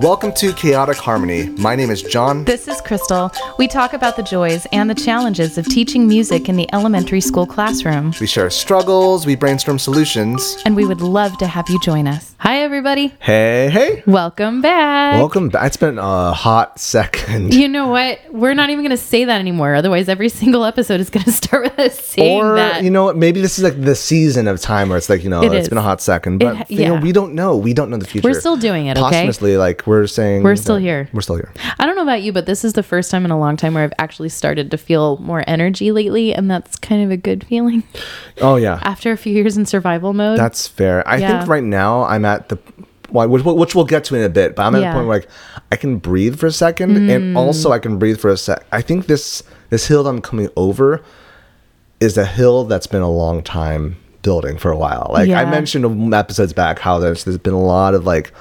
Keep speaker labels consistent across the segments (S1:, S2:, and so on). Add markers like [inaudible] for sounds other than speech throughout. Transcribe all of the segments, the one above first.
S1: Welcome to Chaotic Harmony. My name is John.
S2: This is Crystal. We talk about the joys and the challenges of teaching music in the elementary school classroom,
S1: We share struggles, we brainstorm solutions.
S2: and we would love to have you join us. Hi, everybody.
S3: Hey, hey.
S2: Welcome back.
S3: Welcome back. It's been a hot second.
S2: You know what? We're not even going to say that anymore. Otherwise, every [laughs] single episode is going to [laughs] start with us saying
S3: Or
S2: that.
S3: you know what? Maybe this is like the season of time where it's like you know
S2: It
S3: it's
S2: is.
S3: been a hot second,
S2: It
S3: but
S2: ha-
S3: you know
S2: yeah.
S3: we don't know. We don't know the future.
S2: We're still doing it, okay?
S3: Posthumously, like we're saying,
S2: We're still
S3: that-
S2: here.
S3: We're still here.
S2: I don't know about you, but this is the first time in a long time where I've actually started to feel more energy lately, and that's kind of a good feeling [laughs]
S3: Oh yeah,
S2: after a few years in survival mode.
S3: that's fair. I
S2: Yeah.
S3: think right now I'm at the well, which, which we'll get to in a bit, but I'm at
S2: Yeah. Mm.
S3: the point where like I can breathe for a second, and also I can breathe for a sec. I think this this hill that I'm coming over is a hill that's been a long time building for a while. Like
S2: Yeah.
S3: I mentioned episodes back, how there's there's been a lot of like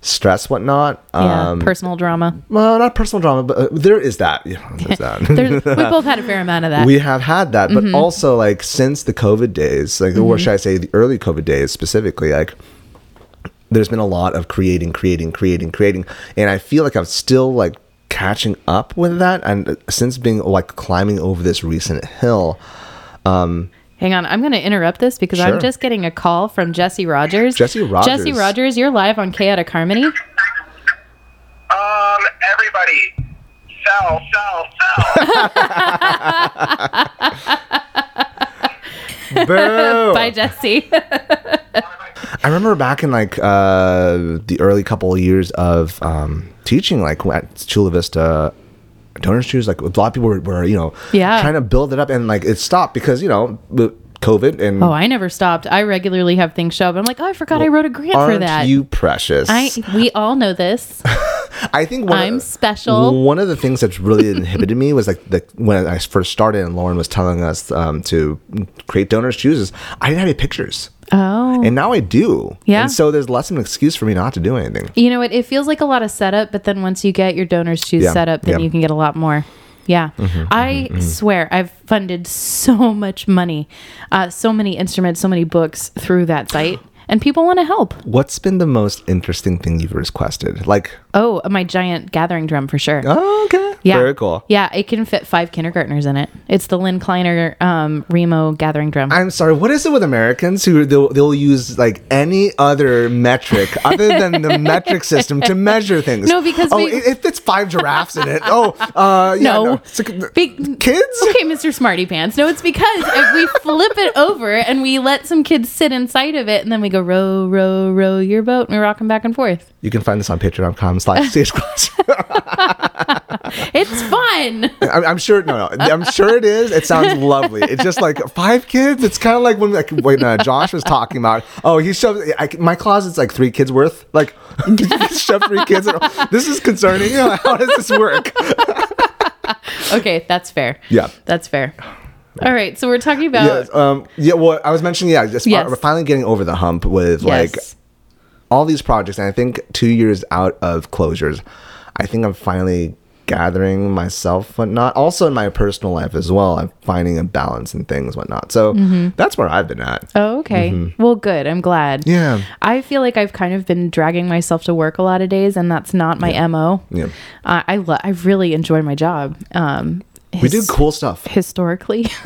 S3: stress, whatnot.
S2: yeah,
S3: Um, [laughs]
S2: personal drama.
S3: well, not personal drama, but uh, there is that. You know,
S2: [laughs]
S3: there's that.
S2: There's, we both had a fair amount of that. Mm-hmm.
S3: We have had that, but also like since the COVID days, like or should I say the early COVID days specifically, like there's been a lot of creating, creating, creating, creating, and I feel like I'm still like catching up with that. And uh, since being like climbing over this recent
S2: [laughs]
S3: hill,
S2: Hang on, I'm going to interrupt this because I'm
S3: Sure.
S2: just getting a call from Jesse Rogers.
S3: Jesse Rogers. Oh.
S2: Jesse Rogers, you're live on Chaotic Harmony.
S4: Um, everybody, sell, sell, sell.
S3: Boo!
S2: Bye, Jesse. [laughs]
S3: I remember back in like uh, the early couple of years of um, teaching, like at Chula Vista donors choose, like a lot of people were, were you know,
S2: Yeah.
S3: trying to build it up, and like it stopped because you know the COVID and
S2: oh, I never stopped. I regularly have things show up. I'm like, oh, I forgot I wrote a grant
S3: aren't
S2: for that.
S3: you precious?
S2: I, we all know
S3: [laughs]
S2: this.
S3: I think one
S2: I'm
S3: of,
S2: special.
S3: One of the things that's really [laughs] inhibited me was like the when I first started, and Lauren was telling us um, to create donors chooses. I didn't have any pictures,
S2: Oh.
S3: and now I do.
S2: Yeah.
S3: and so there's less of an excuse for me not to do anything.
S2: you know what? It feels like a lot of setup, but then once you get your donors choose
S3: Yeah,
S2: setup, then
S3: yeah. Mm-hmm,
S2: you can get a lot more. Yeah. I swear I've funded so much money, uh, so many instruments, so many books through that site, and people want to help.
S3: What's been the most interesting thing you've requested? Like,
S2: Oh, my giant gathering drum for sure.
S3: oh, okay,
S2: yeah.
S3: very cool.
S2: Yeah, it can fit five kindergartners in it. It's the Lynn Kleiner um, Remo gathering drum.
S3: I'm sorry. What is it with Americans who they'll, they'll use like any other metric other than
S2: [laughs]
S3: the metric system to measure things?
S2: No, because
S3: oh,
S2: we-
S3: it, it fits five giraffes
S2: [laughs]
S3: in it. Oh, uh, yeah,
S2: No.
S3: no, It's like-
S2: Big-
S3: kids.
S2: okay, Mr. Smarty Pants. No, it's because if we flip it over and we let some kids sit inside of it, and then we go row, row, row your boat, and we rock them back and forth.
S3: You can find this on patreon.com slash stage class. [laughs]
S2: It's fun.
S3: I'm, I'm sure, no, no, I'm sure it is. It sounds lovely. It's just like five kids. It's kind of like when, like, when uh, Josh was talking about, oh, he shoved, I, my closet's like three kids worth. Like, [laughs] shove three kids. In. This is concerning. [laughs] You know, how does this work?
S2: Okay, that's fair.
S3: Yeah.
S2: that's fair. All right, so we're talking
S3: Yeah,
S2: about
S3: um, yeah, well, I was mentioning, yeah, just
S2: Oh. Yes.
S3: we're finally getting over the hump with like
S2: yes.
S3: all these projects. And I think two years out of closures, I think I'm finally gathering myself, whatnot. Also in my personal life as well, I'm finding a balance in things, whatnot. So
S2: Mm-hmm.
S3: that's where I've been at.
S2: Oh, okay. Well, good. I'm glad.
S3: Mm-hmm. Yeah.
S2: I feel like I've kind of been dragging myself to work a lot of days, and that's not my mo.
S3: Yeah.
S2: Uh, I lo- I really enjoy my job. Um,
S3: We do
S2: his-
S3: cool stuff.
S2: historically. [laughs]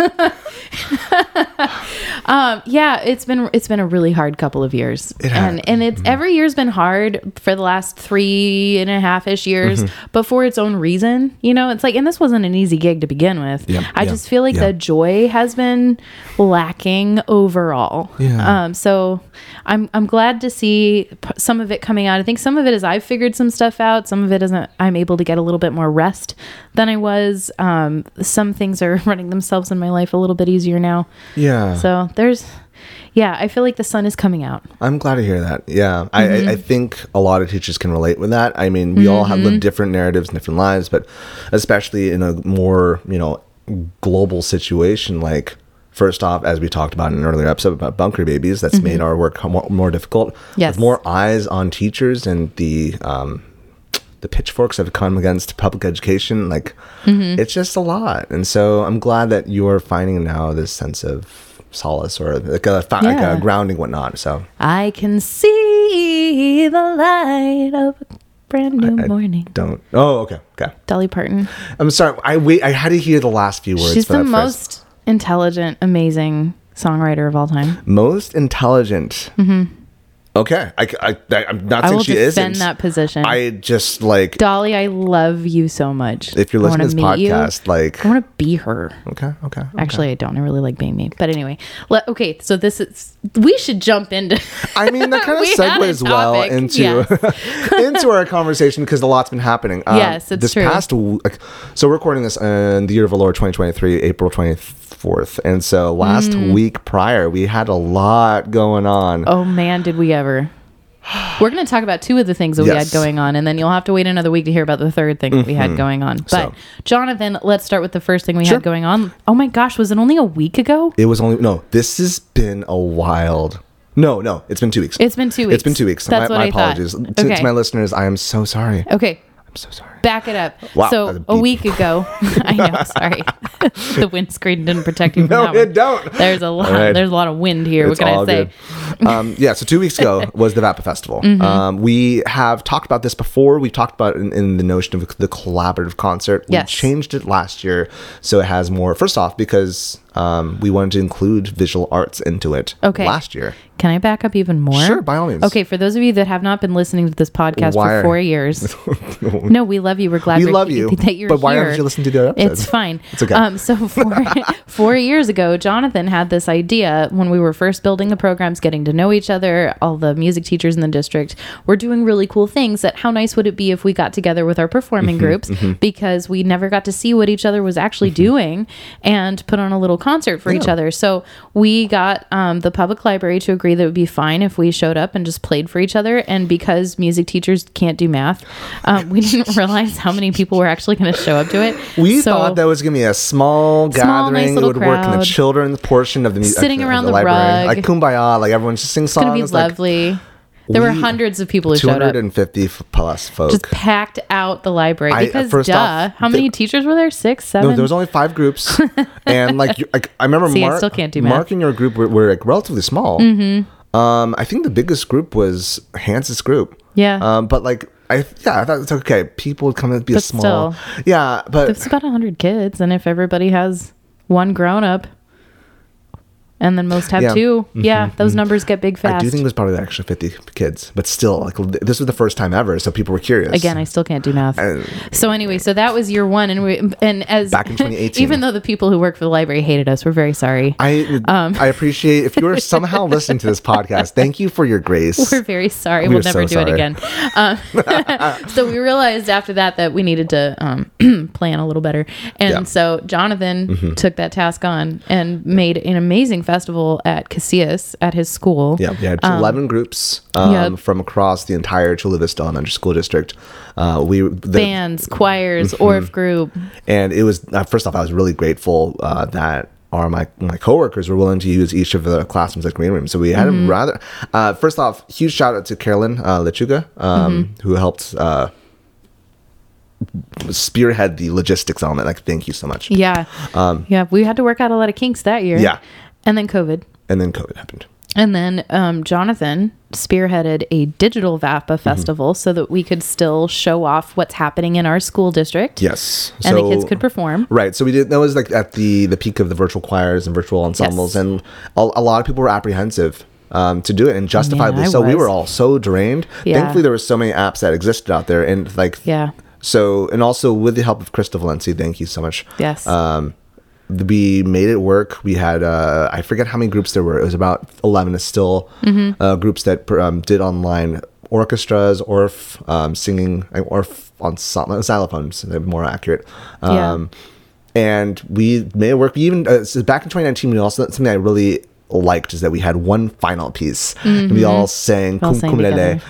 S2: um, yeah, it's been it's been a really hard couple of years,
S3: It mm-hmm. has.
S2: and and it's every year's been hard for the last three and a half ish years,
S3: Mm-hmm.
S2: but for its own reason. You know, it's like, and this wasn't an easy gig to begin with.
S3: Yeah,
S2: I
S3: yeah,
S2: just feel like
S3: yeah.
S2: the joy has been lacking overall.
S3: Yeah.
S2: Um, so I'm I'm glad to see p- some of it coming out. I think some of it is I've figured some stuff out. Some of it isn't. I'm able to get a little bit more rest than I was. Um, some things are [laughs] running themselves in my life a little bit easier now.
S3: Yeah.
S2: So there's, yeah, I feel like the sun is coming out.
S3: I'm glad to hear that. Yeah, I, I, I
S2: Mm-hmm.
S3: think a lot of teachers can relate with that. I mean, we all have lived different narratives and different lives, but especially in a more you know global situation, like first off, as we talked about in an earlier episode about bunker babies, that's made our work more, more difficult.
S2: Mm-hmm. Yes.
S3: with more eyes on teachers and the um, the pitchforks have come against public education. Like,
S2: Mm-hmm.
S3: it's just a lot, and so I'm glad that you are finding now this sense of solace or like a, fi-
S2: Yeah.
S3: like a grounding whatnot so
S2: I can see the light of brand new morning.
S3: Don't. Oh, okay. Okay.
S2: Dolly Parton.
S3: I'm sorry. I wait. I had to hear the last few words.
S2: She's
S3: for
S2: the
S3: that phrase.
S2: most intelligent, amazing songwriter of all time.
S3: most intelligent. Mm-hmm. Okay. I, I, I, am not
S2: I
S3: saying
S2: will
S3: she
S2: defend
S3: isn't.
S2: that position.
S3: I just like
S2: Dolly, I love you so much.
S3: if you're
S2: I wanna
S3: listening to this
S2: meet you.
S3: podcast, like
S2: I want to be her.
S3: okay, okay.
S2: Actually, I don't. I really like being me. But anyway, le- okay. So this is. We should jump into.
S3: I mean that kind of
S2: We had a
S3: segues well
S2: topic,
S3: into [laughs]
S2: yes.
S3: into our conversation because a lot's been happening. Um,
S2: Yes, it's
S3: this
S2: true.
S3: past w- like, so we're recording this in the year of our Lord 2023, April 24th, and so last
S2: Mm.
S3: week prior we had a lot going on.
S2: [laughs] oh man, did we ever? We're going to talk about two of the things that we had
S3: Yes. Mm-hmm.
S2: going on, and then you'll have to wait another week to hear about the third thing that we had going on. But
S3: So-
S2: Jonathan, let's start with the first thing we
S3: Sure.
S2: had going on. Oh my gosh, was it only a week ago?
S3: It was only no. This has been a wild. No, no, it's been two weeks.
S2: It's been two
S3: It's been
S2: weeks.
S3: two weeks.
S2: That's
S3: my,
S2: what
S3: my
S2: I thought.
S3: apologies to, to
S2: Okay.
S3: my listeners. I am so sorry.
S2: Okay,
S3: I'm so sorry.
S2: back it up.
S3: Wow, that's a
S2: so a,
S3: beep.
S2: week ago, [laughs] I know. Sorry, [laughs] the windscreen didn't protect you. From
S3: No,
S2: that
S3: it
S2: one.
S3: don't.
S2: There's a lot.
S3: All right.
S2: There's a lot of wind here.
S3: It's
S2: what can I
S3: all
S2: say? Mm-hmm.
S3: good.
S2: [laughs]
S3: um, yeah, so two weeks ago was the Vapa Festival. Um, we have talked about this before. We've talked about it in, in the notion of the collaborative concert.
S2: Yes.
S3: We changed it last year so it has more. First off, because um, we wanted to include visual arts into it
S2: Okay.
S3: last year.
S2: Can I back up even more?
S3: Sure, by all means.
S2: Okay, for those of you that have not been listening to this podcast
S3: Why
S2: for
S3: are- [laughs]
S2: four years, no, we love you. We're glad
S3: We
S2: you're-
S3: love you,
S2: [laughs] that you're
S3: but why
S2: here.
S3: haven't you listened to the other episodes?
S2: It's fine.
S3: It's okay.
S2: Um, so
S3: [laughs]
S2: four, four years ago, Jonathan had this idea when we were first building the programs, getting to know each other. All the music teachers in the district were doing really cool things. That how nice would it be if we got together with our performing
S3: Mm-hmm,
S2: groups because we never got to see what each other was actually
S3: Mm-hmm.
S2: doing and put on a little concert for each other. So we got um, the public library to agree that it would be fine if we showed up and just played for each other. And because music teachers can't do math, um, we didn't [laughs] realize how many people were actually going to show up to it.
S3: We
S2: So-
S3: thought that was going to be a small,
S2: Small, nice
S3: gathering. it
S2: little
S3: would work in
S2: crowd.
S3: the children's portion of the music.
S2: Sitting around the
S3: library.
S2: rug.
S3: Like kumbaya, like everyone just sings
S2: It's gonna be
S3: songs. like
S2: lovely. there were
S3: we-
S2: hundreds of people who showed up.
S3: 250 f- plus folk.
S2: Just packed out the library
S3: I- uh,
S2: because,
S3: first
S2: duh,
S3: off,
S2: how many
S3: they-
S2: teachers were there? Six, seven.
S3: no, there was only five
S2: [laughs]
S3: groups, and like, you, like I remember,
S2: See, I
S3: Mark,
S2: still can't do math. Mm-hmm.
S3: Mark and your group were, were like relatively small. Um, I think the biggest group was Hans's group.
S2: Yeah.
S3: Um, but like, I yeah, I thought it's okay. People would come and be a
S2: But
S3: small.
S2: still.
S3: yeah, but
S2: it's about hundred kids, and if everybody has one grown up, and then most have
S3: Yeah.
S2: 2 yeah, those numbers get big
S3: I
S2: fast.
S3: do think it was probably the extra 50 kids. But still, like, th- this was the first time ever, so people were curious.
S2: Again, I still can't do math. so anyway, so that was year one, and we and as
S3: Back in
S2: [laughs]
S3: 2018.
S2: even though the people who work for the library hated us, we're very sorry.
S3: I
S2: Um,
S3: I appreciate if you're
S2: [laughs]
S3: somehow listening to this podcast. Thank you for your grace.
S2: We're very
S3: We
S2: sorry. We will
S3: are
S2: never do
S3: so
S2: it
S3: sorry. [laughs]
S2: again. Um, [laughs] so we realized after that that we needed to um, [clears throat] plan a little better. And
S3: Yeah. Mm-hmm.
S2: so Jonathan took that task on and made an amazing festival at Casillas at his school. Um,
S3: Yeah, we had 11 groups um,
S2: yep.
S3: from across the entire Chula Vista Elementary School District. Uh, we the,
S2: Bands, choirs,
S3: Mm-hmm.
S2: Orf group.
S3: and it was uh, first off, I was really grateful uh, that our my my coworkers were willing to use each of the classrooms as green rooms. So we had
S2: Mm-hmm.
S3: them rather. Uh, first off, huge shout out to Carolyn uh, Lechuga, um,
S2: Mm-hmm.
S3: who helped. Uh, spearhead the logistics element like thank you so much
S2: Yeah. yeah. We had to work out a lot of kinks that year.
S3: Um, Yeah.
S2: And then COVID.
S3: and then covid happened
S2: And then um, Jonathan spearheaded a digital
S3: Mm-hmm.
S2: VAPA festival so that we could still show off what's happening in our school district.
S3: yes
S2: And the kids could perform.
S3: Right. So we did. That was like at the the peak of the virtual choirs and virtual ensembles,
S2: Yes.
S3: and a, a lot of people were apprehensive. Um, to do it and justifiably
S2: I
S3: so we
S2: was.
S3: were all so drained
S2: Yeah.
S3: thankfully there were so many apps that existed out there and like
S2: Yeah.
S3: so and also with the help of krista valenci thank you so much
S2: Yes.
S3: um th- we made it work we had uh i forget how many groups there were it was about 11 is still
S2: Mm-hmm.
S3: uh, groups that per- um, did online orchestras orf um singing orf on xylophones they're more accurate
S2: Yeah.
S3: um and we made it work. We even uh, so back in 2019, we also something I really liked is that we had one final piece. And we all sang
S2: Mm-hmm. all
S3: Kum
S2: sang
S3: Kum Lele.
S2: together.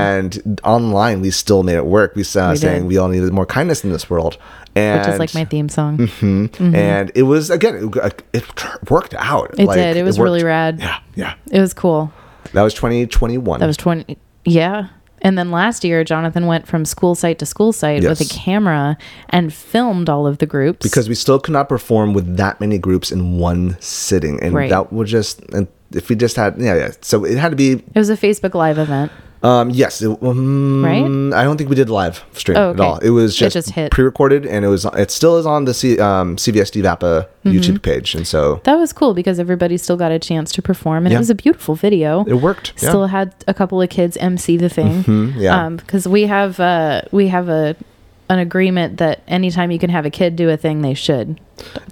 S3: and online we still made it work. We uh,
S2: did.
S3: sang we all needed more kindness in this world, and
S2: which is like my theme song.
S3: [laughs] and it was again it, uh, it tr- worked out.
S2: It did. It was
S3: worked.
S2: really rad.
S3: Yeah, yeah.
S2: It was cool.
S3: That was 2021.
S2: That was 20. Yeah. And then last year, Jonathan went from school site to school site with a
S3: Yes.
S2: camera and filmed all of the groups.
S3: because we still could not perform with that many groups in one sitting, and
S2: Right.
S3: that would just and if we just had yeah yeah. So it had to be
S2: it was a Facebook Live event.
S3: Um, yes, it- um,
S2: Right?
S3: I don't think we did live stream
S2: Oh,
S3: at all.
S2: okay.
S3: It was
S2: It
S3: just,
S2: just hit.
S3: pre-recorded, and it was it still is on the C, um, CVSD Vapa
S2: Mm-hmm.
S3: YouTube page, and so
S2: That was cool because everybody still got a chance to perform, and
S3: Yeah.
S2: it was a beautiful video.
S3: it worked. yeah. Mm-hmm.
S2: Still Um, had a couple of kids MC the thing.
S3: Hmm, yeah.
S2: because we have uh, we have a an agreement that anytime you can have a kid do a thing, they should.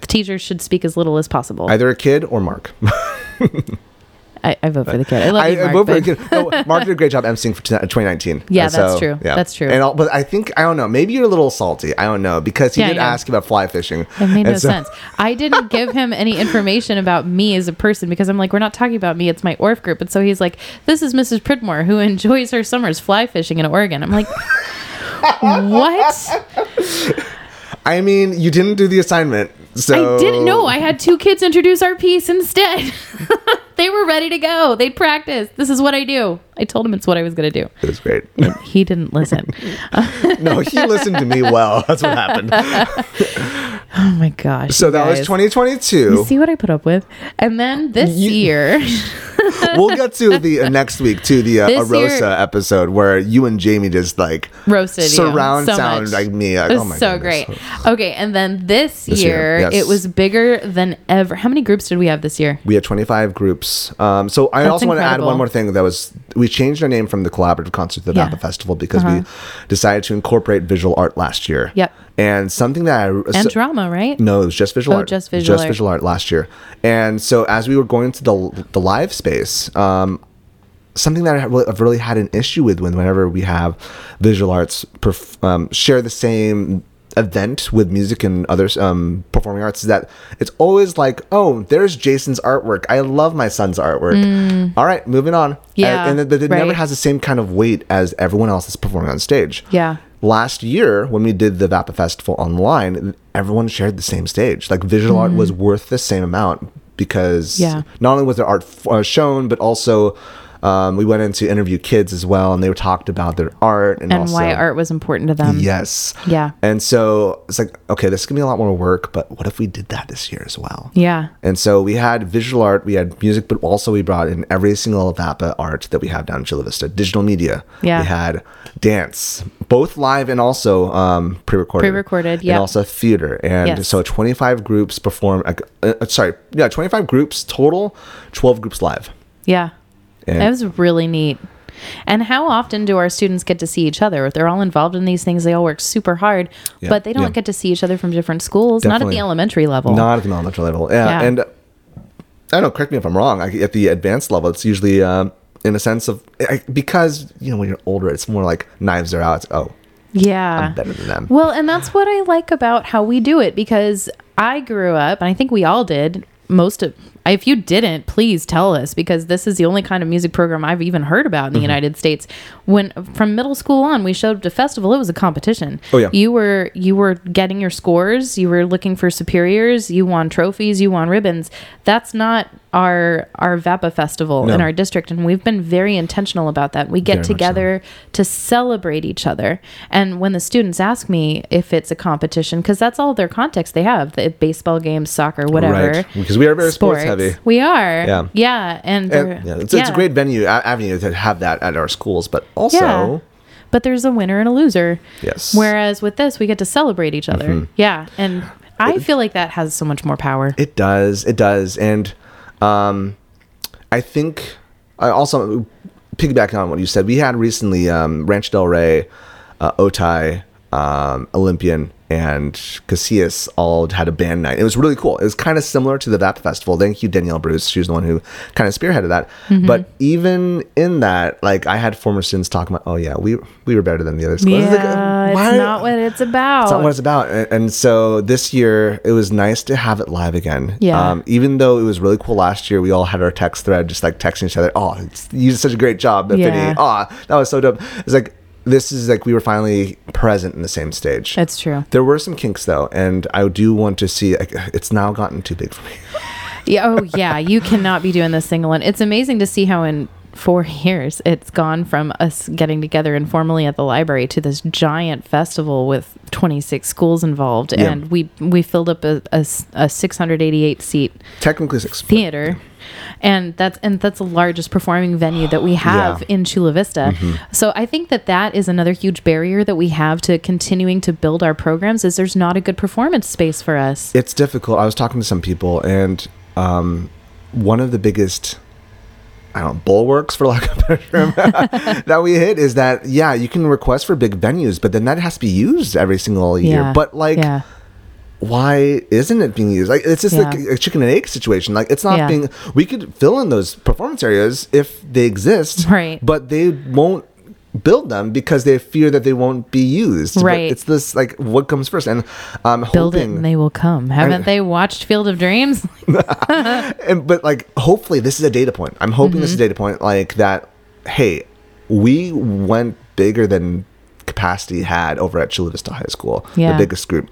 S2: The teachers should speak as little as possible. I,
S3: either a kid or Mark.
S2: I, vote for the kid. I love you,
S3: [laughs] I, I
S2: Mark,
S3: vote for a kid.
S2: but-
S3: No, Mark did a great job emceeing for 2019.
S2: Yeah,
S3: And
S2: that's true. That's true.
S3: And all, but I think I don't know. Maybe you're a little salty. I don't know because he
S2: Yeah, I
S3: did
S2: know.
S3: ask about fly fishing.
S2: It made no
S3: And so-
S2: sense. I didn't give him any information about me as a person because I'm like, we're not talking about me. It's my ORF group. And so he's like, this is Mrs. Pridmore who enjoys her summers fly fishing in Oregon. I'm like, what?
S3: I mean, you didn't do the assignment, so
S2: I didn't know. I had two kids introduce our piece instead. [laughs] they were ready to go. They'd practice. This is what I do. I told him it's what I was going to do.
S3: It was great.
S2: He didn't listen.
S3: no, he listened to me well. [laughs] That's what happened.
S2: oh my gosh.
S3: So
S2: you
S3: that was
S2: guys.
S3: 2022.
S2: See what I put up with. And then this
S3: You-
S2: year.
S3: [laughs] we'll get to the uh, next week to the uh,
S2: This year-
S3: Arosa episode where you and Jamie just like
S2: roasted you
S3: surround
S2: so
S3: sound
S2: much.
S3: like me. Like,
S2: It was
S3: oh my
S2: so
S3: goodness.
S2: great. Okay, and then this,
S3: year,
S2: year,
S3: yes.
S2: it was bigger than ever. How many groups did we have this year?
S3: We had 25 groups. Um, so I
S2: That's
S3: also want to add
S2: incredible.
S3: one more thing that was we changed our name from the Collaborative Concert to the
S2: Yeah. Uh-huh.
S3: Napa Festival because we decided to incorporate visual art last year.
S2: Yep.
S3: And something that I
S2: And drama, right?
S3: No, it was just visual
S2: Oh,
S3: art.
S2: just visual art.
S3: visual art last year. And so as we were going to the the live space, um, something that I have really- I've really had an issue with when whenever we have visual arts perf- um, share the same event with music and other um, performing arts is that it's always like, oh, there's Jason's artwork. I love my son's artwork. All right, moving on.
S2: Mm. Yeah,
S3: and, and it, it never
S2: right.
S3: has the same kind of weight as everyone else that's performing on stage.
S2: Yeah.
S3: Last year, when we did the Vapa Festival online, everyone shared the same stage. Like visual art was worth the same amount because
S2: Mm. Yeah.
S3: not only was their art f- uh, shown, but also um, we went in to interview kids as well, and they talked about their art and,
S2: And
S3: also,
S2: why art was important to them.
S3: Yes.
S2: Yeah.
S3: And so it's like, okay, this is gonna be a lot more work, but what if we did that this year as well?
S2: Yeah.
S3: And so we had visual art, we had music, but also we brought in every single Vapa art that we have down in Chula Vista, digital media.
S2: Yeah.
S3: We had dance, both live and also um, pre-recorded.
S2: Pre-recorded,
S3: And
S2: yeah.
S3: also theater. And
S2: Yes.
S3: so 25 groups perform, uh, uh, sorry, yeah, 25 groups total, 12 groups live.
S2: Yeah.
S3: And-
S2: That was really neat. And how often do our students get to see each other? They're all involved in these things. They all work super hard,
S3: Yeah.
S2: but they don't
S3: Yeah.
S2: get to see each other from different schools, not at
S3: Definitely.
S2: the elementary level.
S3: Not at the elementary level. Yeah.
S2: Yeah.
S3: And I don't know, correct me if I'm wrong. I, at the advanced level, it's usually um, in a sense of, I, because, you know, when you're older, it's more like knives are out. It's, oh,
S2: yeah.
S3: I'm better than them.
S2: Well, and that's what I like about how we do it because I grew up, and I think we all did. Most of, if you didn't, please tell us because this is the only kind of music program I've even heard about in
S3: Mm-hmm.
S2: the United States. When from middle school on, we showed up to festival. It was a competition.
S3: Oh, yeah.
S2: you were you were getting your scores. You were looking for superiors. You won trophies. You won ribbons. That's not our our Vapa festival in
S3: No.
S2: our district, and we've been very intentional about that. We
S3: Very
S2: get
S3: much so.
S2: together to celebrate each other. And when the students ask me if it's a competition, because that's all their context they have the baseball games, soccer, whatever.
S3: Right, because we are very sports heavy.
S2: We are.
S3: Yeah.
S2: Yeah. And, they're-
S3: And, yeah, it's, it's a
S2: yeah.
S3: great venue a- avenue to have that at our schools, but also
S2: Yeah. But there's a winner and a loser.
S3: Yes. Mm-hmm.
S2: Whereas with this, we get to celebrate each other. Yeah. And I feel like that has so much more power.
S3: it does, it does, and um, I think I also piggybacking on what you said, we had recently um, Ranch Del Rey, uh, Otai, um, Olympian, and Casillas all had a band night. It was really cool. It was kind of similar to the VAP Festival. Thank you, Danielle Bruce. She was the one who kind of spearheaded that.
S2: Mm-hmm.
S3: But even in that, like I had former students talking about, oh yeah, we we were better than the other schools.
S2: yeah.
S3: It's like, uh, why-
S2: it's not what it's about.
S3: It's not what it's about. And, and so this year, it was nice to have it live again. Um,
S2: Yeah.
S3: even though it was really cool last year, we all had our text thread just like texting each other. Oh, it's, you did such a great job, Bethany.
S2: Yeah.
S3: Oh, that was so dope. It's like, this is like we were finally present in the same stage.
S2: That's true.
S3: There were some kinks though, and I do want to see. Like, it's now gotten too big for me. [laughs]
S2: Yeah, oh yeah, you cannot be doing this thing alone. It's amazing to see how in four [laughs] years. It's gone from us getting together informally at the library to this giant festival with 26 schools involved,
S3: Yeah.
S2: and we we filled up a, a s- a 688 seat
S3: Technically six.
S2: theater and that's and that's the largest performing venue that we have
S3: Yeah. Mm-hmm.
S2: in chula vista so i think that that is another huge barrier that we have to continuing to build our programs is there's not a good performance space for us
S3: It's difficult. I was talking to some people, and um, one of the biggest, I don't know, bulwarks for lack of a better term, [laughs] that we hit is that yeah, you can request for big venues, but then that has to be used every single year. But like.
S2: yeah
S3: why isn't it being used? Like it's just like
S2: Yeah.
S3: a chicken and egg situation. Like it's not
S2: Yeah.
S3: being. We could fill in those performance areas if they exist,
S2: Right.
S3: But they won't build them because they fear that they won't be used. But
S2: Right.
S3: it's this like what comes first, and I'm
S2: build it
S3: hoping.
S2: and they will come haven't they watched field of dreams [laughs]
S3: and, but like hopefully this is a data point. I'm hoping
S2: Mm-hmm.
S3: this is a data point like that. Hey, we went bigger than capacity had over at Chula Vista High School,
S2: Yeah.
S3: the biggest group.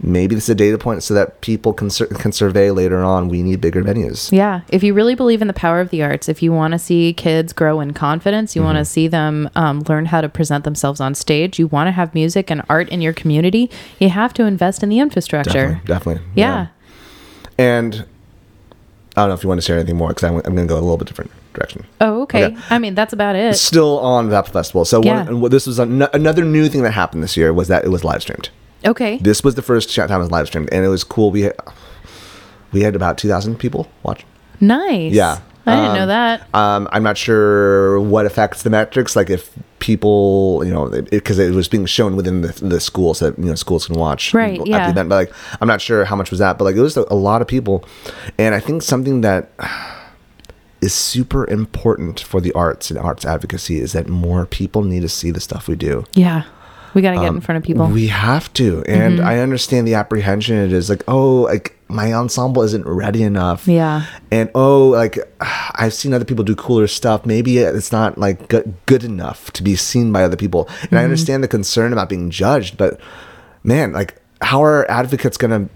S3: Maybe this is a data point so that people can sur- can survey later on. We need bigger venues.
S2: Yeah. If you really believe in the power of the arts, if you want to see kids grow in confidence, you want
S3: Mm-hmm.
S2: to see them um, learn how to present themselves on stage, you want to have music and art in your community, you have to invest in the infrastructure.
S3: Definitely, definitely.
S2: Yeah.
S3: And I don't know if you want to share anything more because I'm, I'm going to go a little bit different direction.
S2: Oh, okay.
S3: Okay.
S2: I mean, that's about it.
S3: Still on VAP Festival. So
S2: Yeah.
S3: one, and what- this was an, another new thing that happened this year was that it was live streamed.
S2: Okay.
S3: This was the first sh- time it was live streamed, and it was cool. We had, we had about 2,000 people watch.
S2: Nice.
S3: Yeah.
S2: I didn't
S3: Um,
S2: know that.
S3: Um, I'm not sure what affects the metrics, like if people, you know, because it, was being shown within the, the school, so that, you know, schools can watch
S2: Right,
S3: at
S2: yeah.
S3: the event. But like, I'm not sure how much was that, but like, it was a, a lot of people, and I think something that is super important for the arts and arts advocacy is that more people need to see the stuff we do.
S2: Yeah. We got to get in front of people.
S3: um,
S2: Mm-hmm.
S3: We have to, and I understand the apprehension. It is like, oh, like my ensemble isn't ready enough.
S2: Yeah.
S3: and oh, like I've seen other people do cooler stuff. Maybe it's not like good, good enough to be seen by other people. And
S2: Mm-hmm.
S3: I understand the concern about being judged, but man, like how are advocates going to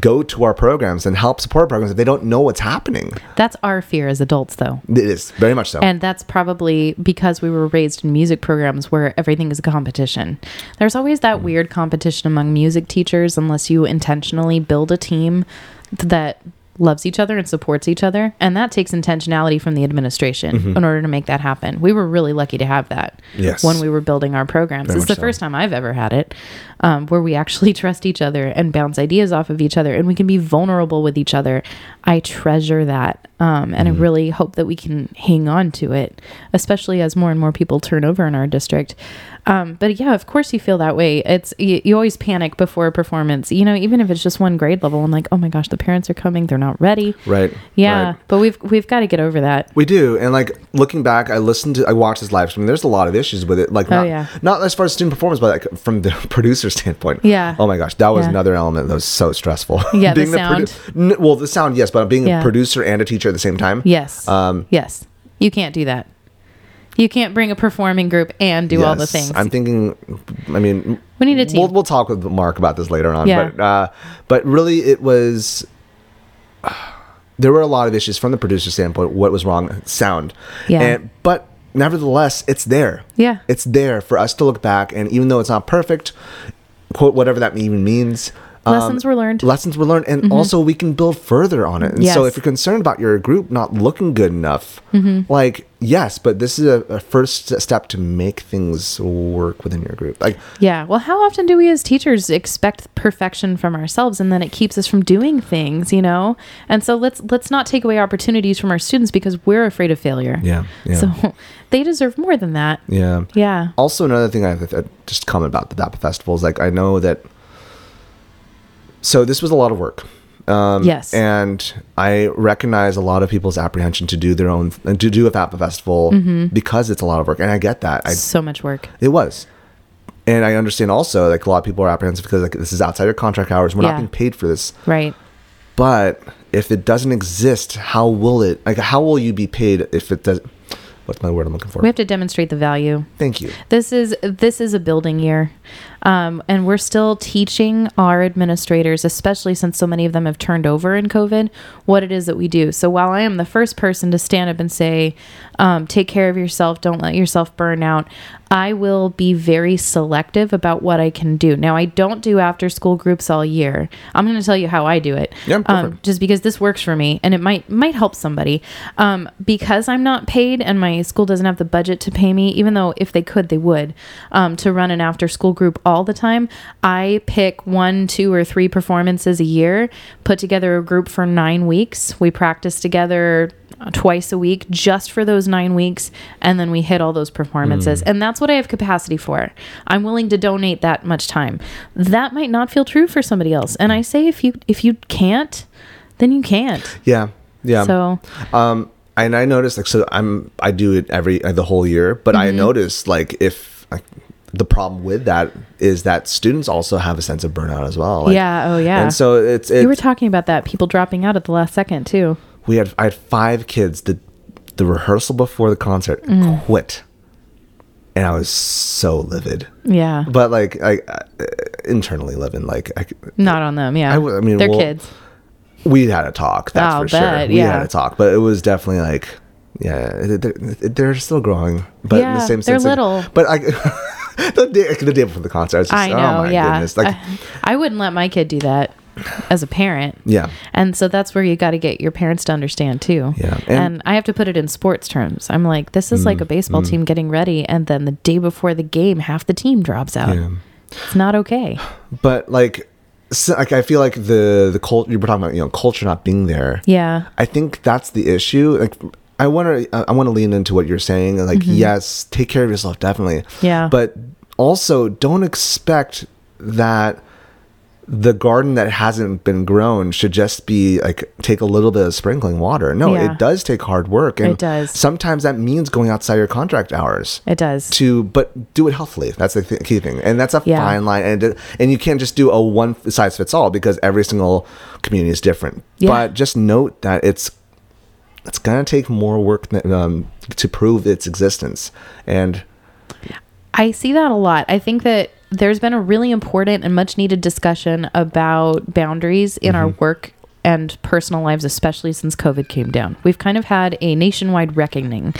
S3: go to our programs and help support programs if they don't know what's happening?
S2: that's our fear as adults, though.
S3: It is very much so.
S2: And that's probably because we were raised in music programs where everything is a competition. There's always
S3: Mm.
S2: that weird competition among music teachers, unless you intentionally build a team that loves each other and supports each other. And that takes intentionality from the administration in order to make that happen. We were really lucky to have that
S3: Mm-hmm. Yes.
S2: when we were building our programs.
S3: Very
S2: this is the
S3: much so.
S2: first time I've ever had it um, where we actually [laughs] trust each other and bounce ideas off of each other and we can be vulnerable with each other. I treasure that. Um, and
S3: Mm-hmm.
S2: I really hope that we can hang on to it, especially as more and more people turn over in our district. Um, but yeah, of course you feel that way. It's you, you always panic before a performance, you know, even if it's just one grade level. I'm like, oh my gosh, the parents are coming. They're not ready.
S3: Right,
S2: Yeah.
S3: right.
S2: But we've, we've got to get over that.
S3: We do, and like looking back, I listened to, I watched this live stream. There's a lot of issues with it, like
S2: Oh,
S3: not,
S2: yeah.
S3: not as far as student performance, but like from the [laughs] producer standpoint.
S2: Yeah.
S3: Oh my gosh, that was
S2: Yeah.
S3: another element that was so stressful. [laughs]
S2: Yeah, the
S3: produ-
S2: sound.
S3: N- well, the sound, yes, but being
S2: Yeah.
S3: a producer and a teacher at the same time.
S2: Yes.
S3: Um,
S2: yes. You can't do that. You can't bring a performing group and do all the
S3: yes.
S2: things.
S3: I'm thinking. I mean,
S2: We need a team.
S3: We'll, we'll talk with Mark about this later on.
S2: Yeah.
S3: But uh, but really, it was. There were a lot of issues from the producer standpoint. What was wrong? Sound.
S2: Yeah.
S3: And, but nevertheless, it's there.
S2: Yeah.
S3: It's there for us to look back, and even though it's not perfect, quote whatever that even means. um,
S2: Lessons were learned.
S3: Lessons were learned, and also we can build further on it. And so,
S2: Mm-hmm. Yes. Mm-hmm.
S3: if you're concerned about your group not looking good enough, like yes, but this is a, a first step to make things work within your group. Like
S2: Yeah. Well, how often do we as teachers expect perfection from ourselves and then it keeps us from doing things, you know? And so let's let's not take away opportunities from our students because we're afraid of failure.
S3: Yeah, yeah.
S2: So [laughs] they deserve more than that.
S3: Yeah.
S2: Yeah.
S3: Also, another thing I have to just comment about the DAPA festival is like I know that. So this was a lot of work,
S2: yes.
S3: Um, and I recognize a lot of people's apprehension to do their own to do a DAPA festival
S2: Mm-hmm.
S3: because it's a lot of work, and I get that. I,
S2: so much work.
S3: it was, and I understand also like a lot of people are apprehensive because like this is outside your contract hours. We're
S2: Yeah.
S3: not being paid for this,
S2: Right.
S3: but if it doesn't exist, how will it? Like, how will you be paid if it does? what's my word I'm looking for?
S2: We have to demonstrate the value.
S3: Thank you.
S2: This is this is a building year, um, and we're still teaching our administrators, especially since so many of them have turned over in COVID, what it is that we do. So while I am the first person to stand up and say, um, "Take care of yourself, don't let yourself burn out," I will be very selective about what I can do. Now I don't do after school groups all year. I'm going to tell you how I do it.
S3: Yeah, go for it.
S2: um, just because this works for me and it might might help somebody um, because i'm not paid and my school doesn't have the budget to pay me even though if they could they would um, to run an after school group all the time i pick one two or three performances a year put together a group for nine weeks we practice together twice a week just for those nine weeks and then we hit all those performances
S3: Mm.
S2: and that's what i have capacity for i'm willing to donate that much time that might not feel true for somebody else and i say if you if you can't then you can't
S3: Yeah. Yeah.
S2: so
S3: Um, and I noticed like so I'm I do it every uh, the whole year, but I
S2: Mm-hmm.
S3: noticed like if like, the problem with that is that students also have a sense of burnout as well. Like,
S2: Yeah, oh, yeah.
S3: And so it's, it's
S2: you were talking about that people dropping out at the last second too
S3: we had I had five kids the the rehearsal before the concert
S2: Mm.
S3: quit, and I was so livid.
S2: yeah
S3: But like I uh, internally living like I, c-
S2: not on them yeah
S3: I would- I mean,
S2: they're
S3: well,
S2: kids
S3: we had a talk that's
S2: I'll
S3: for sure
S2: Oh, bet,
S3: we
S2: yeah.
S3: had a talk but it was definitely like yeah they're, they're still growing but in
S2: Yeah,
S3: the same
S2: they're
S3: sense
S2: little.
S3: but i [laughs] the day the day before the concert i was just
S2: i know
S3: oh my
S2: yeah
S3: goodness like
S2: I, [laughs] I wouldn't let my kid do that as a parent
S3: yeah
S2: And so that's where you got to get your parents to understand too.
S3: Yeah.
S2: And,
S3: And- Mm,
S2: I have to put it in sports terms. I'm like, this is like a baseball team getting ready, and then the day before the game, half the team drops out.
S3: Yeah.
S2: It's not okay.
S3: but like so, like i feel like the the cult you were talking about you know culture not being there
S2: Yeah.
S3: I think that's the issue. Like, I want to, I want to lean into what you're saying. and, Like, yes, take care of yourself, definitely.
S2: Mm-hmm. Yeah.
S3: But also, don't expect that the garden that hasn't been grown should just be like take a little bit of sprinkling water. No,
S2: Yeah.
S3: it does take hard work, and
S2: It does.
S3: Sometimes that means going outside your contract hours
S2: It does.
S3: to but do it healthily that's the th- key thing and that's a
S2: Yeah.
S3: fine line and it- and you can't just do a one size fits all because every single community is different
S2: Yeah.
S3: but just note that it's it's gonna take more work than, um, to prove its existence and
S2: I see that a lot. I think that there's been a really important and much needed discussion about boundaries in our
S3: Mm-hmm.
S2: work and personal lives, especially since COVID came down. We've kind of had a nationwide reckoning.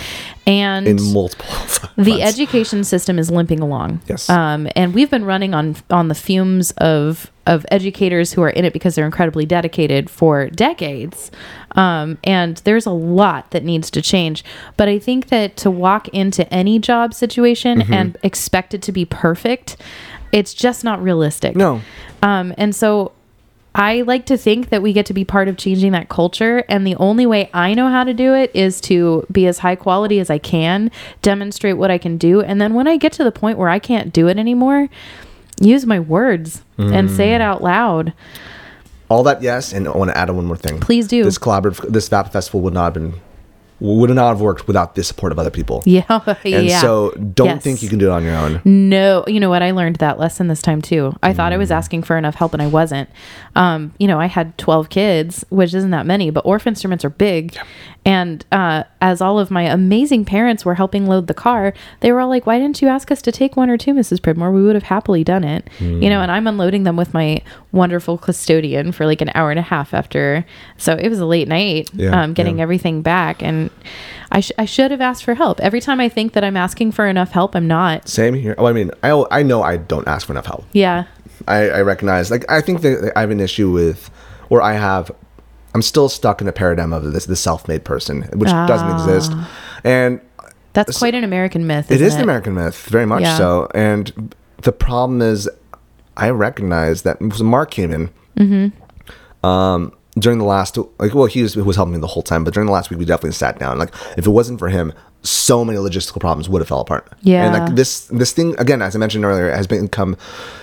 S2: And
S3: in multiple [laughs]
S2: the
S3: fronts.
S2: education system is limping along.
S3: Yes.
S2: Um, and we've been running on on the fumes of of educators who are in it because they're incredibly dedicated for decades. Um, and there's a lot that needs to change. But I think that to walk into any job situation
S3: Mm-hmm.
S2: and expect it to be perfect, it's just not realistic.
S3: no
S2: Um, and so I like to think that we get to be part of changing that culture. And the only way I know how to do it is to be as high quality as I can, demonstrate what I can do. And then when I get to the point where I can't do it anymore, use my words and
S3: Mm.
S2: say it out loud.
S3: all that yes and i want to add one more thing
S2: Please do.
S3: this collaborative this vap festival would not have been would not have worked without the support of other people
S2: Yeah.
S3: and
S2: yeah.
S3: so don't
S2: Yes.
S3: think you can do it on your own
S2: No, you know what? I learned that lesson this time too. I thought I
S3: Mm.
S2: was asking for enough help and I wasn't. Um, you know, I had 12 kids, which isn't that many, but orphan instruments are big. And uh, as all of my amazing parents were helping load the car, they were all like, Why didn't you ask us to take one or two, Mrs. Pridmore? We would have happily done it. You
S3: Mm.
S2: know, and I'm unloading them with my wonderful custodian for like an hour and a half after. So it was a late night
S3: Yeah,
S2: um, getting
S3: yeah.
S2: everything back. And I, sh- I should have asked for help. Every time I think that I'm asking for enough help, I'm not.
S3: same here oh, i mean i i know i don't ask for enough help
S2: Yeah.
S3: I, I recognize. Like, I think that I have an issue with, or I have, I'm still stuck in a paradigm of this the self-made person, which doesn't exist, and
S2: That's quite an American myth.
S3: it
S2: Isn't
S3: is an American myth, very much
S2: Yeah.
S3: so. And the problem is, I recognize that so Mark came in.
S2: Mm-hmm.
S3: Um, during the last, like, well, he was, he was helping me the whole time, but during the last week, we definitely sat down. Like, if it wasn't for him, so many logistical problems would have fell apart. and
S2: Yeah.
S3: like this, this thing again, as I mentioned earlier, has become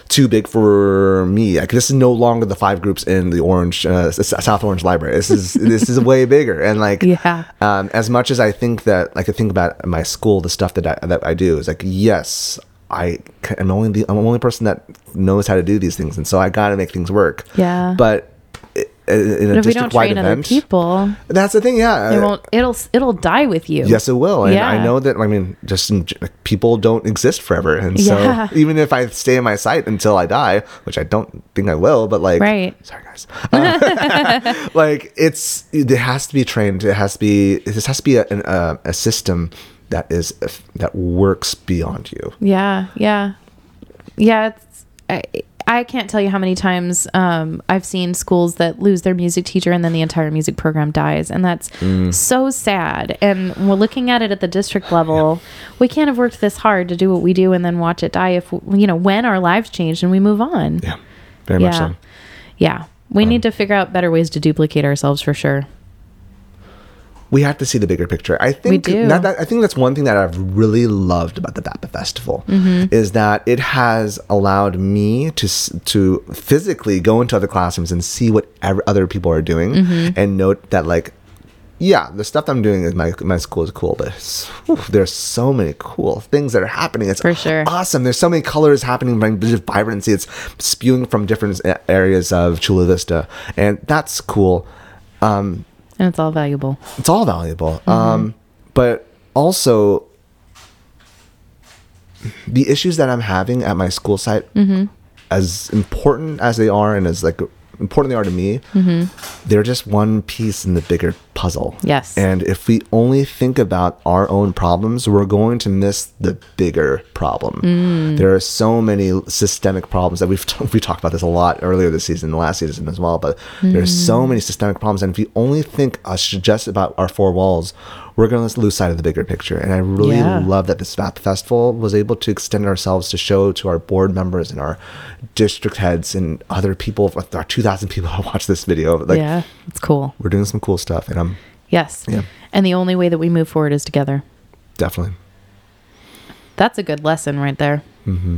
S3: too big for me. Like, this is no longer the five groups in the Orange, uh, S- South Orange Library. This is [laughs] this is way bigger, and like,
S2: Yeah.
S3: um, as much as I think that, like, I think about my school, the stuff that I, that I do is like, yes, I c- am only the I'm the only person that knows how to do these things, and so I got to make things work.
S2: Yeah.
S3: But it, in a
S2: But if we don't
S3: district wide
S2: train other
S3: event.
S2: people,
S3: That's the thing, yeah.
S2: it won't. It'll it'll die with you.
S3: Uh, Yes, it will. And I
S2: Yeah.
S3: know that, I mean, just in, g- people don't exist forever. And so
S2: Yeah.
S3: [laughs] even if I stay in my site until I die, which I don't think I will, but like,
S2: Right.
S3: sorry guys, Uh, [laughs] like it's, it has to be trained. It has to be, this has to be a, an, a, a system that is, that works beyond you.
S2: Yeah, yeah, yeah. It's, I, I can't tell you how many times um, I've seen schools that lose their music teacher and then the entire music program dies, and that's
S3: Mm.
S2: so sad. And we're looking at it at the district level. We can't have worked this hard to do what we do and then watch it die. If you know when our lives change and we move on.
S3: Yeah. Very much
S2: yeah.
S3: so. Um,
S2: Yeah. We need to figure out better ways to duplicate ourselves for sure.
S3: we have to see the bigger picture. I think
S2: do.
S3: That, that- I think that's one thing that I've really loved about the Vapa Festival
S2: Mm-hmm.
S3: is that it has allowed me to s- to physically go into other classrooms and see what ev- other people are doing
S2: Mm-hmm.
S3: and note that like yeah, the stuff I'm doing in my my school is cool, but it's- whew, there's so many cool things that are happening. It's
S2: For sure.
S3: awesome. There's so many colors happening, vi- vi- vibrancy. It's spewing from different a- areas of Chula Vista, and that's cool. Um,
S2: And it's all valuable.
S3: it's all valuable. Um, but also, the issues that I'm having at my school site,
S2: Mm-hmm.
S3: as important as they are, and as like important they are to me, they're just one piece in the bigger puzzle.
S2: Mm-hmm. Yes.
S3: And if we only think about our own problems, we're going to miss the bigger problem.
S2: Mm.
S3: There are so many systemic problems that we've [laughs] t- we talked about this a lot earlier this season, the last season as well. But there's
S2: Mm.
S3: so many systemic problems, and if we only think us just about our four walls, we're going to lose sight of the bigger picture. And I really
S2: Yeah.
S3: love that this Map Festival was able to extend ourselves to show to our board members and our district heads and other people, our 2,000 people [laughs] who watch this video. Like
S2: yeah. It's cool.
S3: we're doing some cool stuff, and I'm
S2: Yes.
S3: Yeah.
S2: And the only way that we move forward is together.
S3: definitely.
S2: That's a good lesson right there.
S3: Mm-hmm.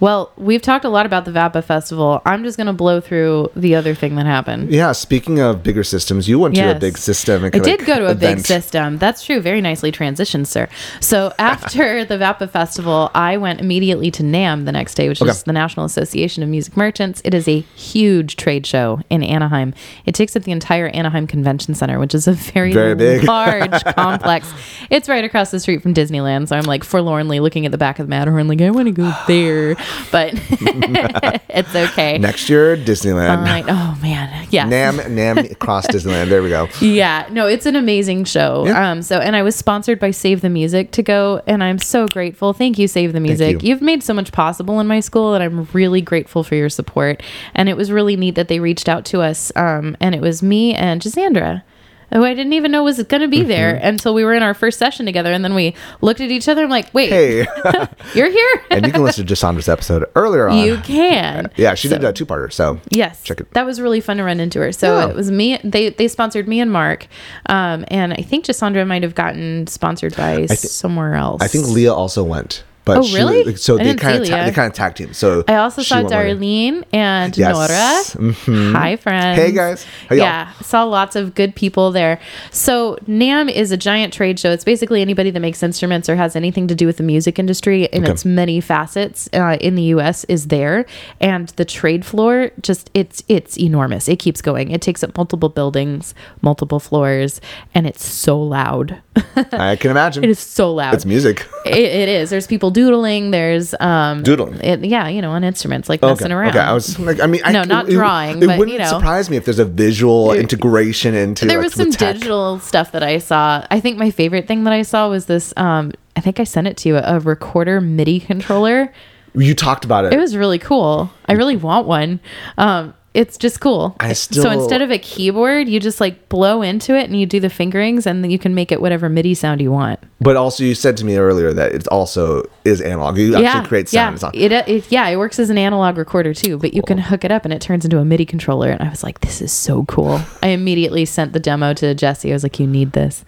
S2: Well, we've talked a lot about the Vapa Festival. I'm just going to blow through the other thing that happened.
S3: Yeah, speaking of bigger systems, you went to a
S2: Yes.
S3: big system.
S2: I did go to a big system. That's true. Very nicely transitioned, sir.
S3: [laughs]
S2: So after the Vapa Festival, I went immediately to NAM the next day, which
S3: Okay.
S2: is the National Association of Music Merchants. It is a huge trade show in Anaheim. It takes up the entire Anaheim Convention Center, which is a very,
S3: Very big.
S2: [laughs] large complex. It's right across the street from Disneyland. So I'm like forlornly looking at the back of the Matterhorn, like I want to go there,
S3: [laughs]
S2: but [laughs] it's okay.
S3: Next year, Disneyland.
S2: Fine. oh man, yeah.
S3: Nam
S2: [laughs]
S3: Nam across Disneyland. There we go.
S2: Yeah, no, it's an amazing show.
S3: Yeah.
S2: Um, so and I was sponsored by Save the Music to go, and I'm so grateful. Thank you, Save the Music.
S3: you.
S2: have made so much possible in my school, and I'm really grateful for your support. And it was really neat that they reached out to us. Um, and it was me and Gisandra. Who I didn't even know was going to be there
S3: Mm-hmm.
S2: until we were in our first session together, and then we looked at each other. I'm like, "Wait,
S3: Hey, [laughs]
S2: you're here?
S3: and you can listen to Jassandra's episode earlier on.
S2: [laughs] you can?"
S3: yeah, she did a two-parter. So
S2: Yes,
S3: Check it.
S2: That was really fun to run into her. So
S3: Yeah.
S2: it was me. They they sponsored me and Mark, um, and I think Jasandra might have gotten sponsored by somewhere else.
S3: I think Leah also went, but
S2: Oh,
S3: she-
S2: really?
S3: so
S2: I
S3: they
S2: didn't see
S3: kind of ta-
S2: Leah.
S3: they kind of tag team. So
S2: I also
S3: she
S2: saw
S3: went later.
S2: Darlene and
S3: Yes. Mm-hmm.
S2: Nora. Hi, friends.
S3: Hey, guys. How y'all?
S2: yeah, saw lots of good people there. So NAM is a giant trade show. It's basically anybody that makes instruments or has anything to do with the music industry in its many facets uh, in the U.S. is there, and the trade floor just it's it's enormous. It keeps going. It takes up multiple buildings, multiple floors, and it's so loud. [laughs]
S3: I can imagine.
S2: it is so loud.
S3: It's music.
S2: It, it is. There's people doodling. There's um
S3: Doodling?
S2: It, yeah, you know, on instruments like
S3: Okay.
S2: messing around.
S3: Okay. I was like, I mean, I,
S2: No, not
S3: it-
S2: drawing,
S3: It,
S2: but, you
S3: wouldn't
S2: know.
S3: surprise me if there's a visual integration into.
S2: there
S3: like,
S2: was
S3: the
S2: some
S3: tech.
S2: digital stuff that I saw. I think my favorite thing that I saw was this. Um, I think I sent it to you a recorder MIDI controller.
S3: You talked about it.
S2: It was really cool. I really want one. Um, it's just cool.
S3: I
S2: so
S3: still-
S2: instead of a keyboard, you just like blow into it and you do the fingerings, and then you can make it whatever MIDI sound you want.
S3: But also, you said to me earlier that it also is analog. You actually create sound. It's not-
S2: Yeah. It, uh, it, yeah, it works as an analog recorder too, but you can hook it up and it turns into a MIDI controller. And I was like, this is so cool. I immediately sent the demo to Jesse. I was like, you need this.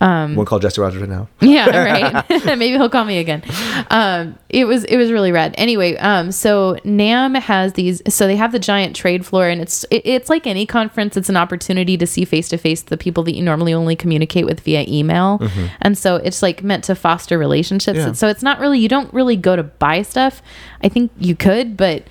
S3: we'll call Jesse Rogers right
S2: [laughs]
S3: now.
S2: Yeah, right. [laughs] Maybe he'll call me again. Um, it was it was really rad. Anyway, um, so Nam has these. So they have the giant trade floor, and it's it, it's like any conference. It's an opportunity to see face to face the people that you normally only communicate with via email, and so it's like meant to foster relationships.
S3: Yeah.
S2: So it's not really you don't really go to buy stuff. I think you could, but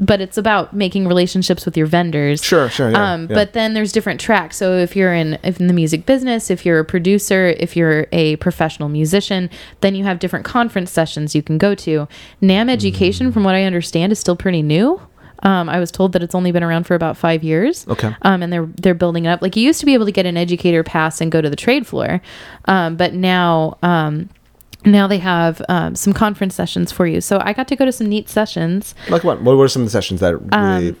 S2: but it's about making relationships with your vendors.
S1: Sure, sure, yeah,
S2: um,
S1: yeah.
S2: But then there's different tracks. So if you're in if in the music business, if you're a producer, if you're a professional musician, then you have different conference sessions you can go to. NAM
S1: Mm.
S2: education, from what I understand, is still pretty new. Um, I was told that it's only been around for about five years.
S1: Okay.
S2: Um, and they're they're building it up. Like you used to be able to get an educator pass and go to the trade floor, um, but now um, now they have um, some conference sessions for you. So I got to go to some neat sessions.
S3: Like what? What were some of the sessions that really
S2: Um,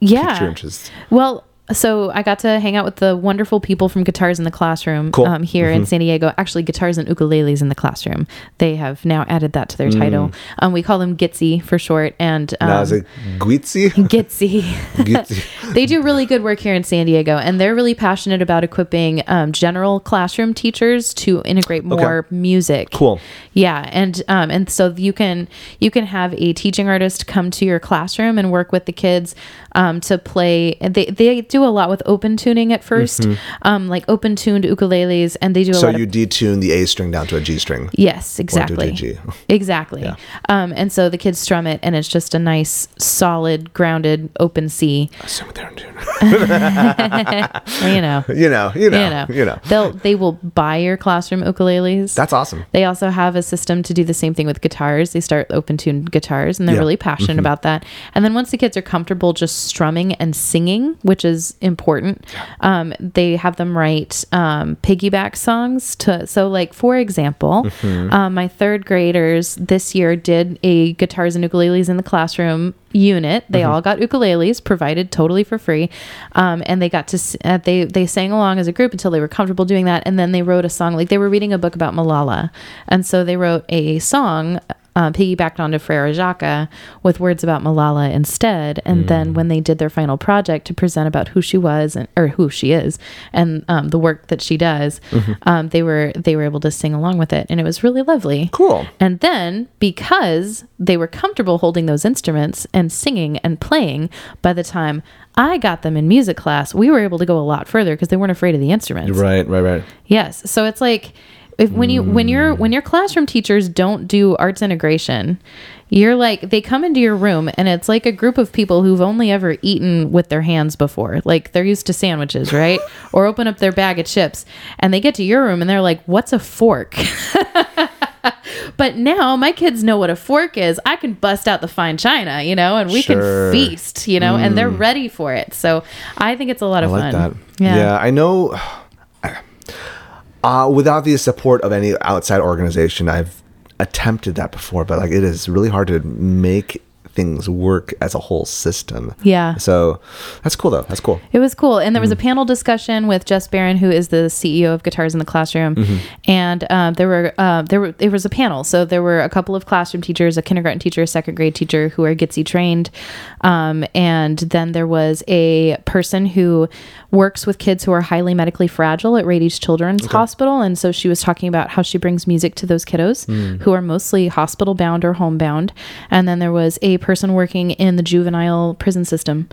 S2: Yeah.
S3: piqued your interest?
S2: Well, so I got to hang out with the wonderful people from Guitars in the Classroom
S3: Cool. Mm-hmm.
S2: um, here in San Diego. Actually, Guitars and Ukuleles in the Classroom. They have now added that to
S3: Mm.
S2: their title. Um, we call them Gitsy for short, and um,
S3: And I was [laughs] like,
S2: [laughs]
S3: Guizzi?
S2: Gitsy.
S3: Guizzi.
S2: they do really good work here in San Diego, and they're really passionate about equipping um, general classroom teachers to integrate more music.
S3: Cool.
S2: Yeah, and um, and so you can you can have a teaching artist come to your classroom and work with the kids um, to play. and They they do a lot with open tuning at 1st um, like open tuned ukuleles, and they do a
S3: Mm-hmm. So
S2: lot
S3: you
S2: of
S3: detune the A string down to a G string.
S2: Yes,
S3: to
S2: exactly.
S3: G.
S2: [laughs] Exactly. Um, and so the kids strum it, and it's just a nice, solid, grounded, open C.
S3: Assume they're in tune.
S2: You know,
S3: [laughs] you know, you know,
S2: you know,
S3: you know.
S2: they'll they will buy your classroom ukuleles.
S3: That's awesome.
S2: they also have a system to do the same thing with guitars. They start open tuned guitars, and they're
S3: Yeah.
S2: really passionate about that. And then once the kids are comfortable just strumming and singing, which is important, um, they have them write um, piggyback songs. To so, like for example, um, my third graders this year did a guitars and ukuleles in the classroom unit. They all got ukuleles provided totally for free, um, and they got to s- uh, they they sang along as a group until they were comfortable doing that, and then they wrote a song. Like they were reading a book about Malala, and so they wrote a song. Uh, piggybacked onto Frere Jacques with words about Malala instead,
S3: Hmm.
S2: and then when they did their final project to present about who she was and or who she is and um, the work that she does,
S3: Mm-hmm.
S2: um, they were they were able to sing along with it, and it was really lovely.
S3: Cool.
S2: And then, because they were comfortable holding those instruments and singing and playing, by the time I got them in music class, we were able to go a lot further because they weren't afraid of the instruments.
S3: Right, right, right.
S2: Yes. So it's like if when you when your when your classroom teachers don't do arts integration, you're like they come into your room and it's like a group of people who've only ever eaten with their hands before. Like they're used to sandwiches,
S3: [laughs]
S2: right? or open up their bag of chips and they get to your room and they're like, "What's a fork?" [laughs] But now my kids know what a fork is. I can bust out the fine china, you know, and we
S3: Sure. Mm.
S2: can feast, you know, and they're ready for it. So I think it's a lot of
S3: I like
S2: fun.
S3: that.
S2: Yeah.
S3: I know. [sighs] Uh, without the support of any outside organization, I've attempted that before, but like it is really hard to make things work as a whole system.
S2: Yeah.
S3: So that's cool though. That's cool.
S2: It was cool. And there was a panel discussion with Jess Barron, who is the CEO of Guitars in the Classroom. And um, there were uh, there were it was a panel. So there were a couple of classroom teachers, a kindergarten teacher, a second grade teacher who are Gitsy trained. Um, and then there was a person who works with kids who are highly medically fragile at Rady Children's Hospital. And so she was talking about how she brings music to those kiddos who are mostly hospital bound or homebound. And then there was a person working in the juvenile prison system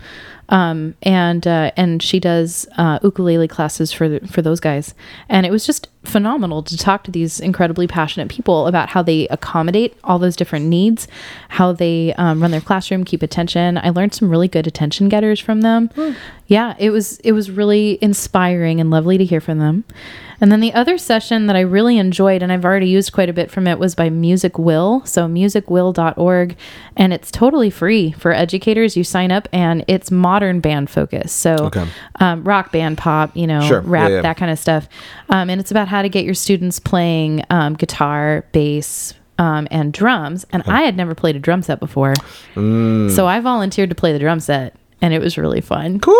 S2: um, and uh, and she does uh, ukulele classes for the, for those guys, and it was just phenomenal to talk to these incredibly passionate people about how they accommodate all those different needs, how they um, run their classroom, keep attention. I learned some really good attention getters from them. [gasps] Yeah, it was it was really inspiring and lovely to hear from them. And then the other session that I really enjoyed, and I've already used quite a bit from it, was by Music Will. So musicwill.org. And it's totally free for educators. You sign up, and it's modern band focused. So um, rock band, pop, you know,
S3: Sure.
S2: rap,
S3: Yeah, yeah.
S2: that kind of stuff. Um, and it's about how to get your students playing um, guitar, bass, um, and drums. And I had never played a drum set before.
S3: Mm.
S2: So I volunteered to play the drum set, and it was really fun.
S3: Cool.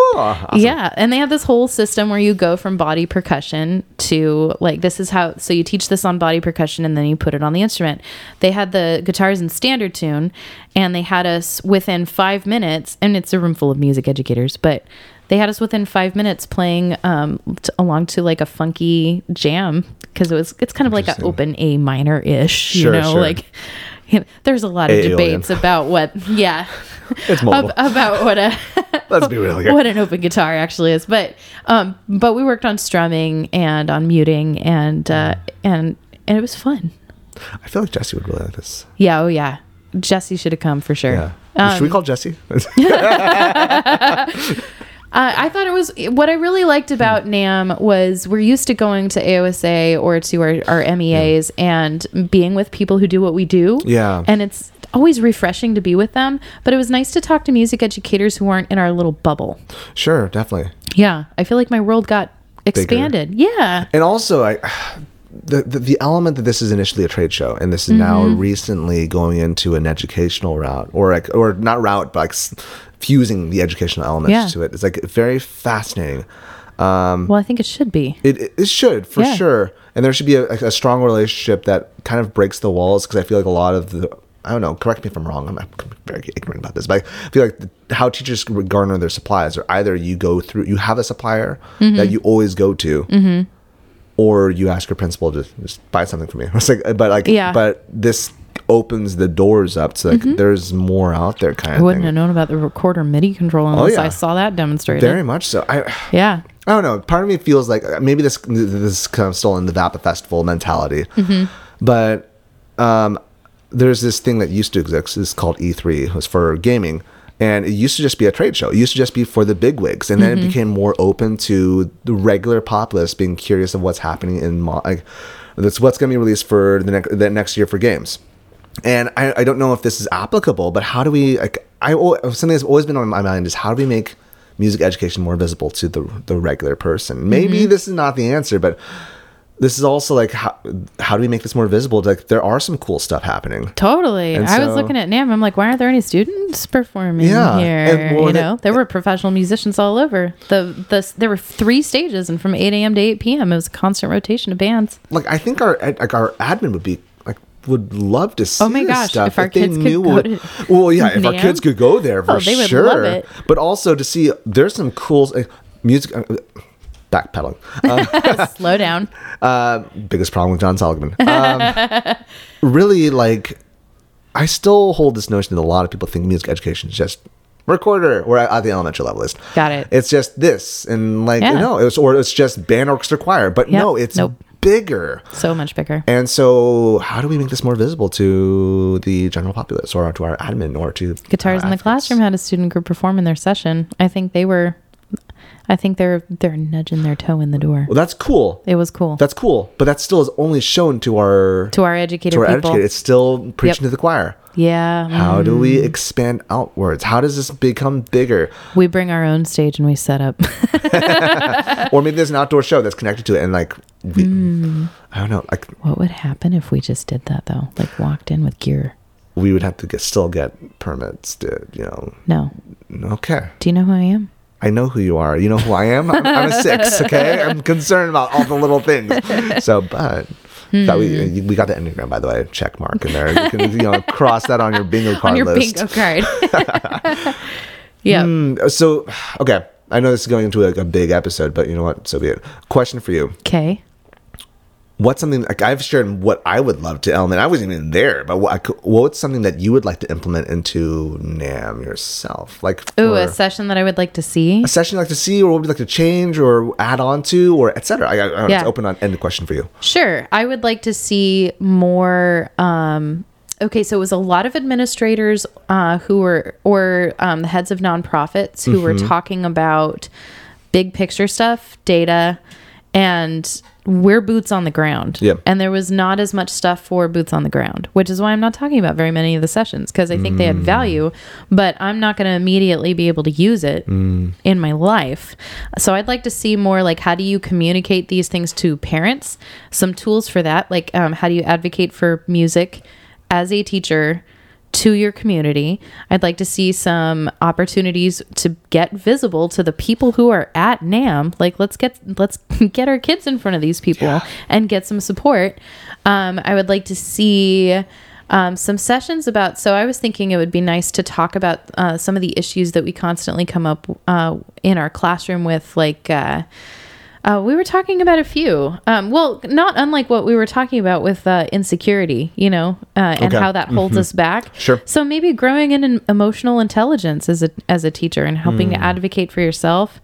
S2: Yeah, and they have this whole system where you go from body percussion to like this is how so you teach this on body percussion and then you put it on the instrument. They had the guitars in standard tune and they had us within 5 minutes and it's a room full of music educators, but they had us within 5 minutes playing um t- along to like a funky jam because it was it's kind of like an
S3: Interesting.
S2: open A minor ish,
S3: Sure,
S2: you know,
S3: sure.
S2: like [laughs] you know, there's a lot of
S3: Alien.
S2: debates about what yeah
S3: It's mobile.
S2: ab- about
S3: [laughs]
S2: what a
S3: Let's be real here.
S2: what an open guitar actually is. But um, but we worked on strumming and on muting and uh, and and it was fun.
S3: I feel like Jesse would really like this.
S2: Yeah, oh yeah. Jesse should have come for sure. Um,
S3: Yeah. Should we call Jesse?
S2: Uh, I thought it was what I really liked about
S3: Hmm.
S2: NAM was we're used to going to AOSA or to our,
S3: Hmm.
S2: our MEAs and being with people who do what we do.
S3: Yeah.
S2: And it's always refreshing to be with them. But it was nice to talk to music educators who aren't in our little bubble.
S3: [laughs] sure, definitely.
S2: Yeah. I feel like my world got expanded. Yeah.
S3: And also, I [sighs] the, the the element that this is initially a trade show, and this is now
S2: Mm-hmm.
S3: recently going into an educational route, or like, or not route, but like s- fusing the educational elements
S2: Yeah.
S3: to it. It's like very fascinating.
S2: Well, I think it should be.
S3: It, it- it should for
S2: Yeah.
S3: sure, and there should be a, a strong relationship that kind of breaks the walls because I feel like a lot of the I don't know. Correct me if I'm wrong. I'm, I'm very ignorant about this, but I feel like the, how teachers garner their supplies are either you go through you have a supplier
S2: Mm-hmm.
S3: that you always go to, or you ask your principal to just buy something for me. [laughs] It's like, but like,
S2: Yeah.
S3: But this opens the doors up to like there's more out there kind
S2: I
S3: of
S2: wouldn't have
S3: thing.
S2: known about the recorder MIDI control unless
S3: Oh, yeah.
S2: I saw that demonstrated.
S3: Very much so. I
S2: yeah.
S3: I don't know. Part of me feels like uh, maybe this this is kind of still in the Vapa Festival mentality, but um, there's this thing that used to exist. It's called E3. It was for gaming, and it used to just be a trade show. It used to just be for the big wigs, and then it became more open to the regular populace being curious of what's happening in mo- like that's what's going to be released for the next the next year for games. And I, I don't know if this is applicable, but how do we like I al- something that's always been on my mind is how do we make music education more visible to the the regular person? Maybe this is not the answer, but this is also like how how do we make this more visible? Like there are some cool stuff happening.
S2: Totally.
S3: And
S2: I was
S3: so-
S2: looking at NAM. I'm like, why aren't there any students performing
S3: Yeah.
S2: here?
S3: And, well,
S2: you
S3: that-
S2: know, there were professional musicians all over. The the there were three stages, and from 8 a.m. to 8 p.m. it was a constant rotation of bands. [laughs]
S3: Like I think our ad- like our admin would be like would love to see.
S2: Oh my
S3: this
S2: gosh,
S3: stuff
S2: if our
S3: they
S2: kids could
S3: knew
S2: go
S3: what-
S2: to
S3: [laughs] well, yeah, if our
S2: NAMM.
S3: kids could go there for
S2: Oh, they would
S3: sure.
S2: love it.
S3: But also to see there's some cool like, music. uh, backpedaling.
S2: [laughs]
S3: Uh,
S2: Slow down.
S3: Uh, biggest problem with John Solomon. Um, really, like, I still hold this notion that a lot of people think music education is just recorder or at the elementary level is.
S2: Got it.
S3: It's just this and like
S2: Yeah.
S3: no, it's or it's just band orchestra choir, but
S2: Yep.
S3: no, it's
S2: Nope.
S3: bigger.
S2: So much bigger.
S3: And so, how do we make this more visible to the general populace, or to our admin, or to
S2: Guitars
S3: our
S2: in the
S3: advocates?
S2: classroom had a student group perform in their session. I think they were, I think they're they're nudging their toe in the door.
S3: Well, that's cool.
S2: It was cool.
S3: That's cool, but that still is only shown to our
S2: to our educator
S3: to our
S2: people.
S3: educated. It's still preaching
S2: Yep.
S3: to
S2: Mm.
S3: the choir.
S2: yeah.
S3: How do we expand outwards? How does this become bigger?
S2: We bring our own stage and we set up. [laughs]
S3: Or maybe there's an outdoor show that's connected to it, and like, we,
S2: Mm.
S3: I don't know, like
S2: what would happen if we just did that though? Like walked in with gear.
S3: we would have to get, still get permits to, you know.
S2: No.
S3: Okay,
S2: Do you know who I am?
S3: I know who you are. You know who I am. I'm, I'm a
S2: [laughs]
S3: six. Okay, I'm concerned about all the little things. So, but. That
S2: Hmm.
S3: we we got the enneagram by the way check mark in there you can you know cross that on your bingo card
S2: [laughs] on your
S3: list
S2: bingo card.
S3: [laughs]
S2: yeah.
S3: Mm, so okay I know this is going into like a big episode but you know what so be it question for you
S2: Okay.
S3: what's something like I've shared what I would love to element. I wasn't even there, but what, I could- what's something that you would like to implement into Nam yourself? Like
S2: Ooh,
S3: for
S2: a session that I would like to see.
S3: a session you like to see, or what would you like to change, or add on to, or etc. I, I don't know,
S2: Yeah.
S3: It's open on ended question for you.
S2: Sure. I would like to see more. Um, okay, so it was a lot of administrators uh, who were, or um, the heads of nonprofits who were
S3: Mm-hmm.
S2: talking about big picture stuff, data, and we're boots on the ground.
S3: Yeah.
S2: And there was not as much stuff for boots on the ground, which is why I'm not talking about very many of the sessions because I think they had value, but I'm not going to immediately be able to use it in my life. So I'd like to see more like how do you communicate these things to parents? Some tools for that, like um, how do you advocate for music as a teacher? to your community. I'd like to see some opportunities to get visible to the people who are at NAM. Like let's get let's [laughs] get our kids in front of these people and get some support. Um, I would like to see um, some sessions about. So I was thinking it would be nice to talk about uh, some of the issues that we constantly come up uh, in our classroom with, like. Uh, uh, we were talking about a few. Um, well, not unlike what we were talking about with uh, insecurity, you know, uh, and
S3: Okay.
S2: how that holds us back.
S3: Mm-hmm. Sure.
S2: So maybe growing in an emotional
S3: Mm.
S2: intelligence as a as a teacher and helping to advocate for yourself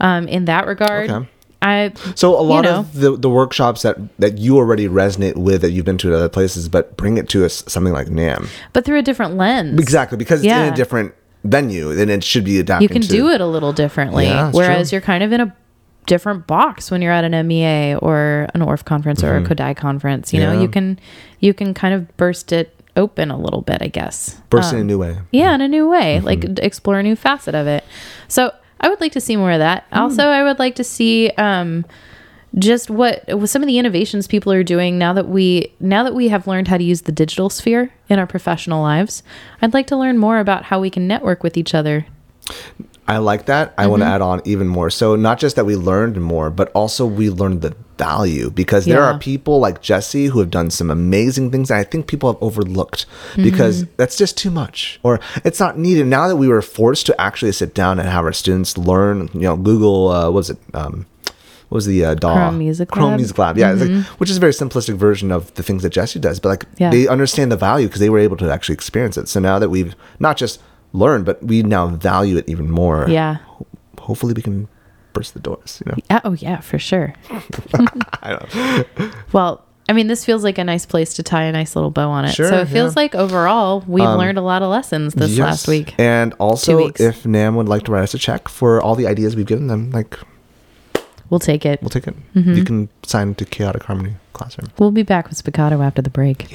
S2: um, in that regard.
S3: Okay.
S2: I
S3: So a
S2: you
S3: lot
S2: know.
S3: of the, the workshops that, that you already resonate with that you've been to at other places, but bring it to us something like NAM.
S2: but through a different lens.
S3: Exactly, because it's in
S2: Yeah.
S3: a different venue, then it should be adapted.
S2: You can do it a little differently.
S3: Yeah, that's
S2: whereas
S3: true.
S2: you're kind of in a different box when you're at an MEA or an ORF conference or a Kodai conference. You
S3: Mm-hmm. Yeah.
S2: know, you can you can kind of burst it open a little bit, I guess.
S3: Burst in a new way.
S2: yeah in a new way like
S3: Mm-hmm.
S2: d- explore a new facet of it so i would like to see more of that
S3: Mm.
S2: also i would like to see um just what with some of the innovations people are doing now that we now that we have learned how to use the digital sphere in our professional lives i'd like to learn more about how we can network with each other
S3: I like that. I
S2: Mm-hmm.
S3: want to add on even more. So not just that we learned more, but also we learned the value because there
S2: Yeah.
S3: are people like Jesse who have done some amazing things that I think people have overlooked because
S2: Mm-hmm.
S3: that's just too much or it's not needed. Now that we were forced to actually sit down and have our students learn, you know, Google, uh, what was it? Um, what was the uh, DAW?
S2: Chrome Music
S3: Chrome
S2: Lab. Mm-hmm.
S3: Music Lab. Yeah, it's like, which is a very simplistic version of the things that Jesse does, but like
S2: Yeah.
S3: they understand the value because they were able to actually experience it. So now that we've not just learned, but we now value it even more
S2: yeah
S3: ho- hopefully we can burst the doors.
S2: [laughs]
S3: You know,
S2: Yeah, oh yeah for sure well i mean this feels like a nice place to tie a nice little bow on it
S3: Sure,
S2: so it feels
S3: yeah. Um,
S2: like overall we've learned a lot of lessons this last week
S3: And also,
S2: weeks.
S3: if Nam would like to write us a check for all the ideas we've given them, like
S2: we'll take it
S3: we'll take it.
S2: Mm-hmm.
S3: You can sign to Chaotic Harmony Classroom.
S2: we'll be back with spiccato after the break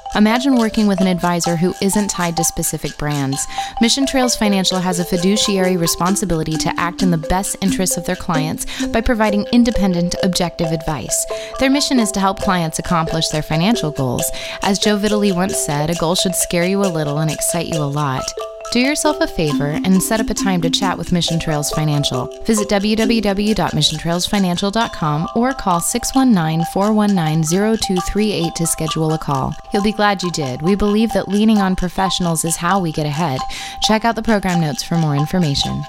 S5: Imagine working with an advisor who isn't tied to specific brands. Mission Trails Financial has a fiduciary responsibility to act in the best interests of their clients by providing independent, objective advice. Their mission is to help clients accomplish their financial goals. As Joe Vitale once said, a goal should scare you a little and excite you a lot. Do yourself a favor and set up a time to chat with Mission Trails Financial. Visit www.missiontrailsfinancial.com or call 619 419 0238 to schedule a call. You'll be glad you did. We believe that leaning on professionals is how we get ahead. Check out the program notes for more information.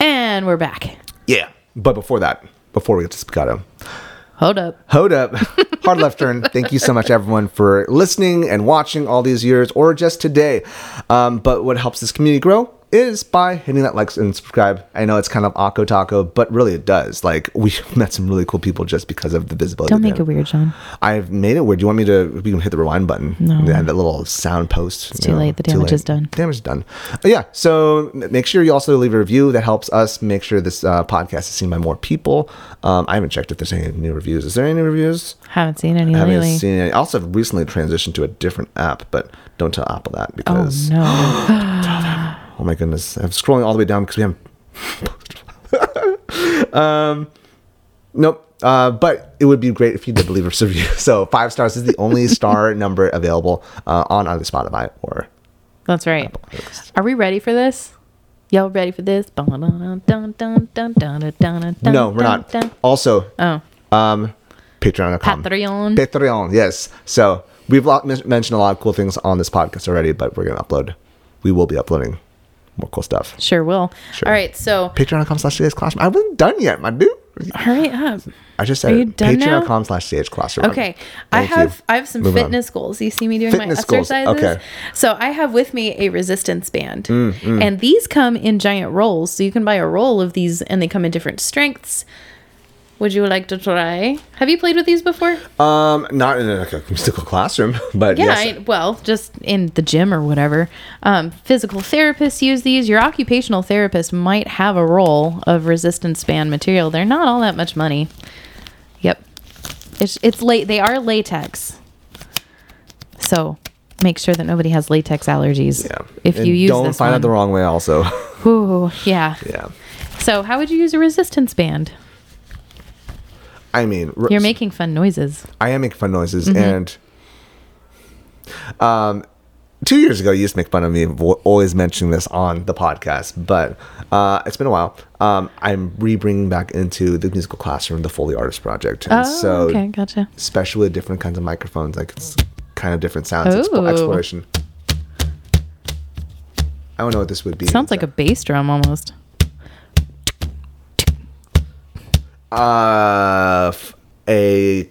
S2: And we're back.
S3: Yeah, but before that, before we get to Spiccato,
S2: Hold up.
S3: Hold up. Hard left turn. Thank you so much, everyone, for listening and watching all these years or just today. Um, but what helps this community grow is by hitting that like and subscribe. I know it's kind of Akko Taco, but really it does. Like, we [laughs] met some really cool people just because of the visibility.
S2: Don't
S3: they
S2: make it
S3: have.
S2: weird, John.
S3: I've made it weird. Do you want me to we can hit the rewind button? No. Yeah, that little sound post. It's
S2: too late. The damage is done.
S3: Damage is done. Uh, yeah. So m- make sure you also leave a review. That helps us make sure this uh, podcast is seen by more people. Um, I haven't checked if there's any new reviews. Is there any reviews?
S2: Haven't seen any
S3: I haven't
S2: lately.
S3: seen any. I also have recently transitioned to a different app, but don't tell Apple that
S2: oh
S3: because oh,
S2: no. [gasps]
S3: my goodness, I'm scrolling all the way down because we haven't. [laughs] um, nope. Uh, but it would be great if you did leave a review. [laughs] So five stars is the only star number available uh, on either Spotify or
S2: That's right. Are we ready for this? Y'all ready for this? No,
S3: no,
S2: we're
S3: we're not. Also,
S2: Oh,
S3: um, Patreon.com.
S2: Patreon.
S3: Patreon. Yes. So we've lot, men- mentioned a lot of cool things on this podcast already, but we're gonna upload. We will be uploading more cool stuff.
S2: sure will.
S3: Sure.
S2: All right, so
S3: patreon.com slash ch classroom. I wasn't done yet, my dude.
S2: hurry up.
S3: I just said
S2: Are you
S3: it.
S2: done now?
S3: patreon.com slash ch classroom.
S2: Okay, I
S3: Thank you.
S2: have I have some
S3: Move on.
S2: fitness goals. You see me doing my
S3: Fitness goals,
S2: exercises.
S3: okay. Mm,
S2: So I have with me a resistance band, and these come in giant rolls. So you can buy a roll of these, and they come in different strengths. Would you like to try? Have you played with these before?
S3: Um, not in a mystical classroom, [laughs] but
S2: Yeah,
S3: yes.
S2: I, well, just in the gym or whatever. Um, physical therapists use these. Your occupational therapist might have a roll of resistance band material. They're not all that much money. Yep, it's it's late. They are latex, so make sure that nobody has latex allergies.
S3: yeah.
S2: If
S3: And
S2: you use
S3: don't
S2: this
S3: find
S2: one.
S3: out the wrong way, also. [laughs]
S2: Ooh, yeah.
S3: yeah.
S2: So how would you use a resistance band?
S3: I mean,
S2: You're making Mm-hmm. fun noises.
S3: I am making fun noises and um two years ago, you used to make fun of me of wo- always mentioning this on the podcast, but uh, it's been a while. Um, I'm re-bringing back into the musical classroom the Foley Artist Project. And
S2: Oh, okay, gotcha.
S3: Especially with different kinds of microphones, like it's kind of different sounds expo-
S2: Ooh.
S3: exploration. I don't know what this would be.
S2: Sounds like a bass drum almost.
S3: uh, f- a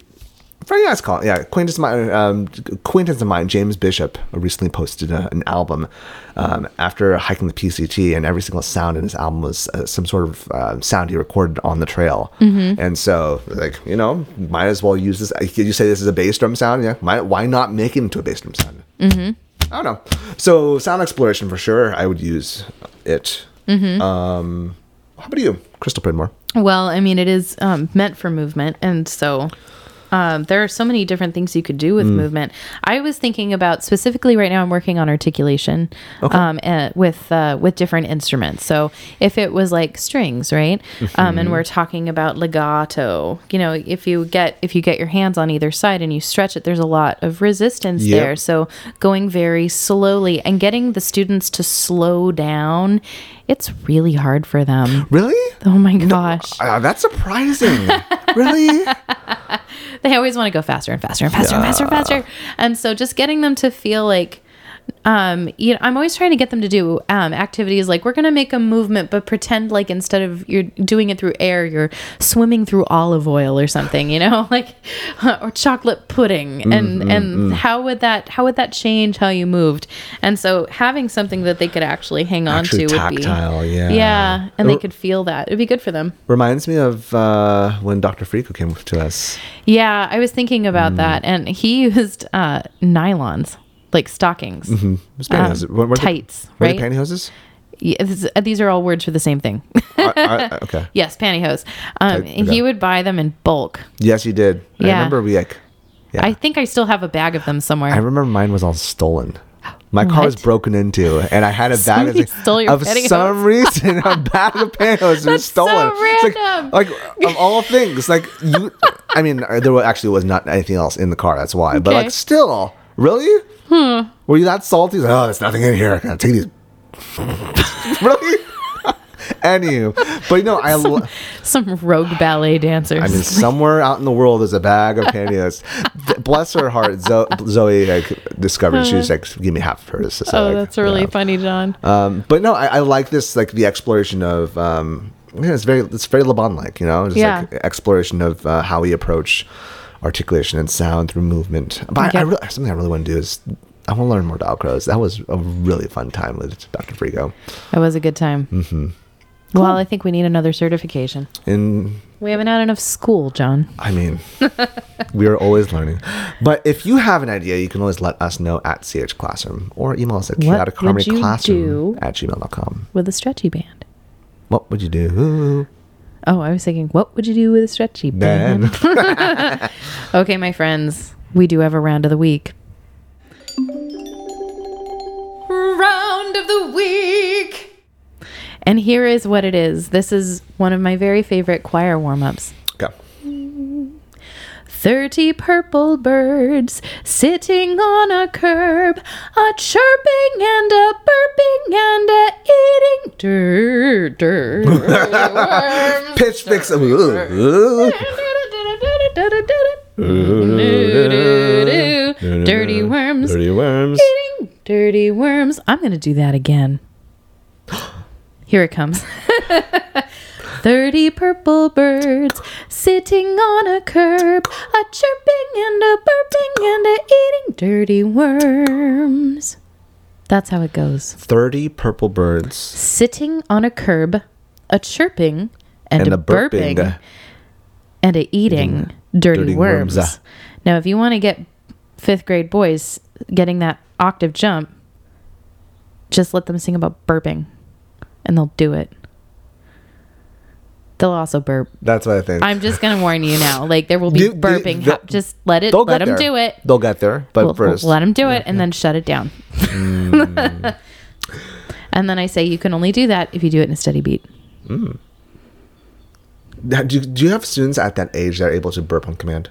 S3: very nice call. Yeah, acquaintance of mine, um, acquaintance of mine, James Bishop, recently posted a, an album um, after hiking the PCT, and every single sound in his album was uh, some sort of uh, sound he recorded on the trail. And so, like you know, might as well use this. uh, You say this is a bass drum sound, yeah? Might, why not make it into a bass drum sound? Mm-hmm. I don't know. So, sound exploration for sure. I would use it. Um, how about you, Crystal Pridmore?
S2: Well, I mean, it is um, meant for movement, and so um, there are so many different things you could do with movement. I was thinking about specifically right now. I'm working on articulation um, and with uh, with different instruments. So if it was like strings, right, um, and we're talking about legato, you know, if you get if you get your hands on either side and you stretch it, there's a lot of resistance
S3: Yep.
S2: there. So going very slowly and getting the students to slow down, it's really hard for them.
S3: Really?
S2: Oh my gosh.
S3: Uh, that's
S2: [laughs]
S3: surprising. really?
S2: they always want to go faster and faster and faster and faster and faster. And so just getting them to feel like um you know i'm always trying to get them to do um activities like we're going to make a movement but pretend like instead of you're doing it through air you're swimming through olive oil or something you know [laughs] like or chocolate pudding and
S3: Mm-hmm,
S2: and how would that how would that change how you moved and so having something that they could actually hang on
S3: Actually
S2: to
S3: tactile,
S2: would be
S3: yeah.
S2: yeah and they
S3: Or-
S2: could feel that it'd be good for them
S3: Reminds me of uh, when Dr. Frico came to us.
S2: Yeah, I was thinking about
S3: Mm.
S2: that, and he [laughs] used uh, nylons, like stockings.
S3: It was pantyhose.
S2: Um,
S3: What- what are the-
S2: tights,
S3: were
S2: right?
S3: they
S2: [laughs]
S3: pantyhoses?
S2: Yeah, this- uh, these are all words for the same thing.
S3: I- I- uh, okay.
S2: [laughs] yes, pantyhose. Um,
S3: Tight,
S2: and
S3: okay.
S2: He would buy them in bulk.
S3: Yes, you did. I
S2: Yeah.
S3: remember we like. Yeah.
S2: I think I still have a bag of them somewhere.
S3: I remember mine was all stolen. My car was
S2: What?
S3: broken into, and I had a bag of,
S2: Somebody stole your
S3: of
S2: pantyhose.
S3: some reason.
S2: [laughs]
S3: A bag of pantyhose was
S2: That's so
S3: stolen. It's
S2: random.
S3: Like, like of all things, like you. I mean, uh, there wa- actually was not anything else in the car. That's why. But
S2: Okay. Hmm.
S3: like, still, really, were you that salty? Like, oh, there's nothing in here. I gotta take these. [laughs] really. [laughs] Anywho, but you know, I lo-
S2: [laughs] Some rogue ballet dancers. [laughs]
S3: I mean, somewhere out in the world is a bag of pantyhose. Th- Bless her heart, Zo- Zoe like discovered she was like, "Give me half of hers." So,
S2: oh,
S3: like,
S2: that's really
S3: yeah.
S2: funny, John.
S3: Um, but no, I, I like this like the exploration of. Um, yeah, it's very it's very Laban like you know, just
S2: Yeah.
S3: like exploration of uh, how we approach articulation and sound through movement. But I, I
S2: Yep.
S3: really, something I really want to do is I want to learn more dial crows. That was a really fun time with Dr. Frigo,
S2: That was a good time. Mm-hmm. Well, I think we need another certification.
S3: and
S2: We haven't had enough school, John.
S3: I mean, we are always learning. But if you have an idea, you can always let us know at CH Classroom or email us at
S2: What would
S3: chaotic harmony
S2: you
S3: classroom
S2: do?
S3: at gmail.com.
S2: With a stretchy band.
S3: What would you do
S2: Oh, I was thinking, what would you do with a stretchy
S3: [laughs]
S2: band? [laughs]
S3: then?
S2: Okay, my friends, we do have a round of the week. Round of the week! And here is what it is. This is one of my very favorite choir warm ups.
S3: okay.
S2: 30 purple birds sitting on a curb, a chirping and a burping and a eating dirt.
S3: Pitch fix. Ooh, ooh.
S2: Dirty worms.
S3: Dirty worms.
S2: Ding, dirty worms. I'm going to do that again. [gasps] Here it comes. [laughs] 30 purple birds sitting on a curb, a chirping and a burping and a eating dirty worms. That's how it goes.
S3: 30 purple birds
S2: Sitting on a curb, a chirping and,
S3: and
S2: a,
S3: a
S2: burping,
S3: burping.
S2: and a eating dirty,
S3: dirty
S2: worms.
S3: worms. ah.
S2: Now, if you want to get fifth grade boys getting that octave jump, just let them sing about burping, and they'll do it. They'll also burp.
S3: That's what I think.
S2: I'm just gonna warn you now. Like there will be
S3: You- you-
S2: burping.
S3: [laughs] the-
S2: hap- just let it.
S3: They'll
S2: Let
S3: get
S2: them
S3: there.
S2: do it.
S3: They'll get there, but
S2: We'll- we'll
S3: first. Mm.
S2: let them do it, and then shut it down. [laughs] and then I say you can only do that if you do it in a steady beat.
S3: do, you- do you have students at that age that are able to burp on command?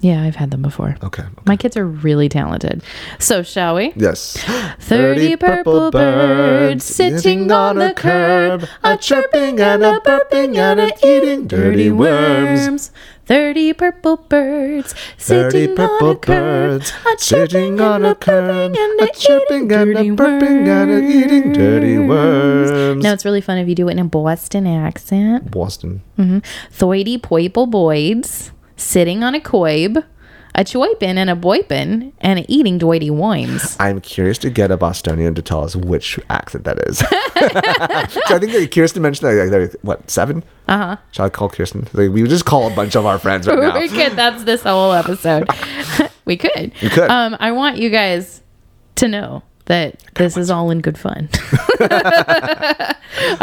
S2: Yeah, I've had them before.
S3: Okay.
S2: My kids are really talented. So, shall we? [gasps]
S3: Yes.
S2: 30 purple birds sitting on the curb, a chirping and a burping and a eating dirty worms. 30 purple birds sitting on a curb, a chirping and a burping and a eating dirty worms. Now, it's really fun if you do it in a Boston accent.
S3: Boston.
S2: Thoity poiple boids, sitting on a coib, a choipin and a boipin, and a eating doity wimes.
S3: I'm curious to get a Bostonian to tell us which accent that is. [laughs] so I think that Kirsten mentioned that like, there- what seven? Uh
S2: Uh-huh.
S3: huh. Shall I call Kirsten? Like, we would just call a bunch of our friends right now.
S2: [laughs] we could. That's this whole episode. [laughs] we could.
S3: We could.
S2: Um, I want you guys to know that this is all in
S3: [laughs]
S2: good fun. [laughs] all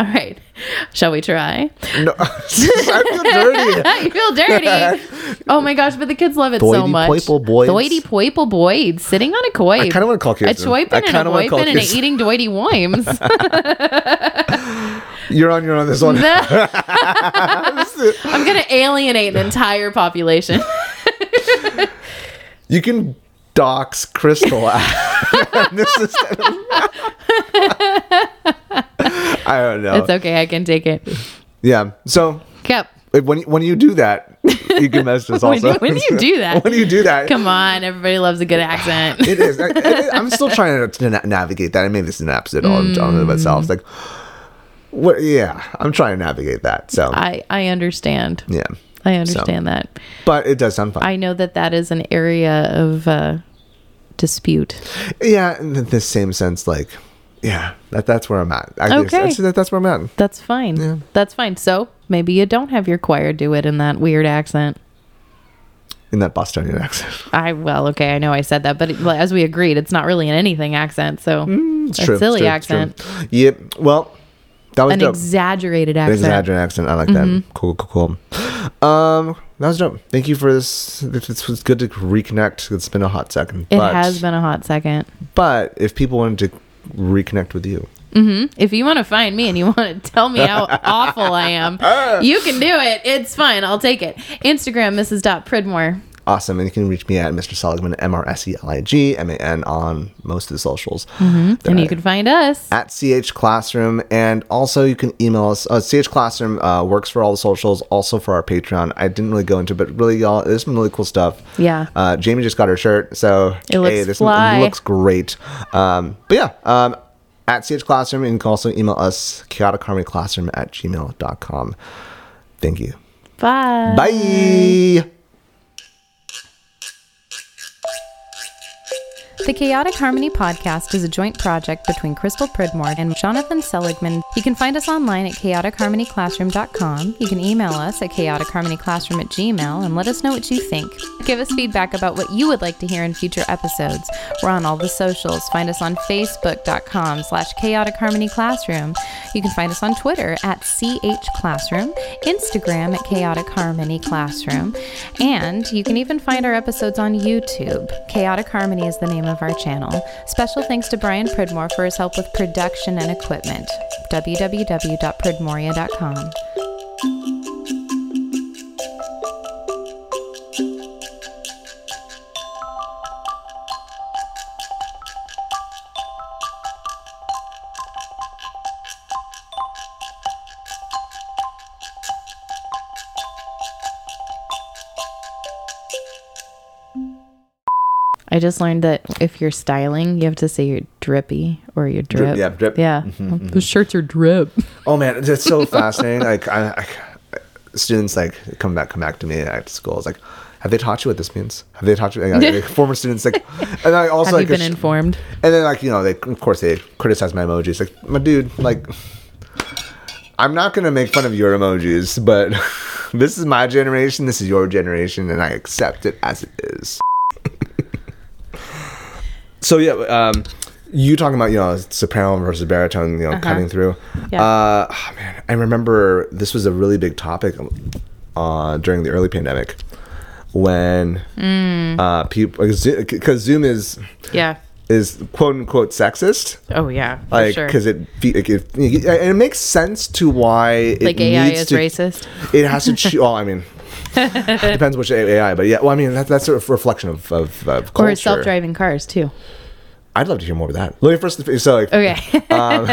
S2: right. Shall we try?
S3: No, [laughs] I feel dirty.
S2: [laughs] you feel
S3: [laughs]
S2: dirty. Oh my gosh, but the kids love it so
S3: Thoity
S2: much.
S3: poiple boids.
S2: Doity poiple boids, sitting on a coip.
S3: I kinda wanna call
S2: A
S3: Kirsten.
S2: choipin
S3: I
S2: and a
S3: kinda wanna call
S2: boipin and a
S3: Kirsten.
S2: eating doity wimes.
S3: [laughs] You're on your own. This one.
S2: [laughs] I'm gonna alienate an entire
S3: [laughs]
S2: population. [laughs]
S3: You can dox Crystal. [laughs] this is. [laughs] I don't know.
S2: It's okay, I can take it.
S3: yeah. So
S2: Yep.
S3: if- when when you do that, you can message us
S2: [laughs] When,
S3: also.
S2: when do you do
S3: [laughs]
S2: that?
S3: when do you do that?
S2: Come on, everybody loves a good accent.
S3: [laughs] It is. I, I, I'm still trying to, to na- navigate that. I made this an episode on on it myself.
S2: Mm.
S3: It's Like, what? Yeah, I'm trying to navigate that. So
S2: I I understand.
S3: yeah,
S2: I understand that.
S3: but it does sound fun.
S2: I know that that is an area of uh, dispute.
S3: yeah, in the same sense, like, yeah, that that's where I'm at. I guess
S2: Okay.
S3: that's, that, that's where I'm at.
S2: That's fine.
S3: Yeah.
S2: That's fine. So maybe you don't have your choir do it in that weird accent.
S3: In that Bostonian accent.
S2: I well, okay, I know I said that, but it, as we agreed, it's not really an anything accent. So
S3: It's
S2: Hmm, a
S3: true. it's
S2: silly
S3: true, it's true.
S2: accent,
S3: Yep. Well, that was
S2: an Mm-hmm.
S3: dope.
S2: exaggerated
S3: An
S2: accent.
S3: exaggerated accent. I like that. Cool, cool, cool. Um, that was dope. Thank you for this. This was good to reconnect. It's been a hot second.
S2: It has been a hot second.
S3: But if people wanted to reconnect with you,
S2: If you want to find me and you want to [laughs] tell
S3: [laughs]
S2: me how awful I am,
S3: Ah.
S2: you can do it. It's fine. I'll take it. Instagram, Mrs. Pridmore.
S3: awesome. And you can reach me at Mr. Seligman, M R S E L I G M A N, on most of the socials. That
S2: And
S3: I-
S2: you can find us.
S3: at CH Classroom. And also, you can email us. Uh, CH Classroom uh, works for all the socials, also for our Patreon. I didn't really go into it, but really, y'all, there's some really cool stuff.
S2: Yeah.
S3: Uh, Jamie just got her shirt. So,
S2: It looks
S3: this
S2: fly.
S3: looks great. Um, but yeah, um, at CH Classroom, and you can also email us, chaoticharmonyclassroom at gmail.com. Thank you.
S2: Bye.
S3: Bye.
S5: The Chaotic Harmony podcast is a joint project between Crystal Pridmore and Jonathan Seligman. You can find us online at chaoticharmonyclassroom.com. You can email us at chaoticharmonyclassroom at gmail and let us know what you think. Give us feedback about what you would like to hear in future episodes. We're on all the socials. Find us on facebook.com slash chaoticharmonyclassroom. You can find us on Twitter at chclassroom, Instagram at chaoticharmonyclassroom, and you can even find our episodes on YouTube. Chaotic Harmony is the name of our channel. Special thanks to Brian Pridmore for his help with production and equipment. www.pridmoria.com.
S2: I just learned that if you're styling, you have to say you're drippy or you're drip.
S3: yeah, drip. [laughs]
S2: Yeah. Those shirts are drip.
S3: Oh man, it's it's so fascinating. Like I, I, students like come back come back to me at school. It's like, have they taught you what this means? Have they taught you? Like, like, former students like, and I also
S2: Have
S3: like
S2: you been
S3: it's-
S2: informed?
S3: And then like you know they of course they criticize my emojis. Like my dude, like I'm not gonna make fun of your emojis, but [laughs] this is my generation. This is your generation, and I accept it as it is. [laughs] so yeah, um, you talking about you know soprano versus baritone, you know cutting through.
S2: Yeah.
S3: Uh, oh, man, I remember this was a really big topic um, uh, during the early pandemic when uh, people because Zoom is
S2: Yeah.
S3: is quote unquote sexist
S2: Oh, yeah. For
S3: like
S2: sure.
S3: because it, fe- like, it and it makes sense to why it
S2: Like AI
S3: needs
S2: is
S3: to-
S2: racist? [laughs]
S3: it has to choose well i mean Depends which AI, but yeah. Well, I mean, that, that's a reflection of of, of culture.
S2: or self-driving cars too.
S3: I'd love to hear more of that. Let me first. So, like,
S2: Okay, [laughs]
S3: Um,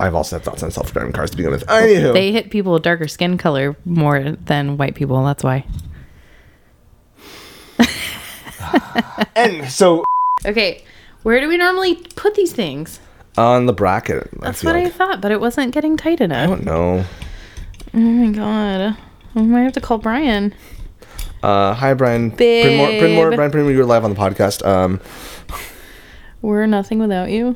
S3: I've also had thoughts on self-driving cars to begin with. Anywho,
S2: they hit people with darker skin color more than white people. That's why.
S3: and so
S2: Okay, where do we normally put these things?
S3: on the bracket,
S2: That's
S3: I feel
S2: what I
S3: like,
S2: thought, but it wasn't getting tight
S3: I
S2: enough.
S3: don't know.
S2: Oh my god, I might have to call Brian.
S3: Uh, hi, Brian. Brynmore, Brynmore,
S2: Babe.
S3: Brian Brynmore, you're live on the podcast. Um,
S2: We're nothing without you.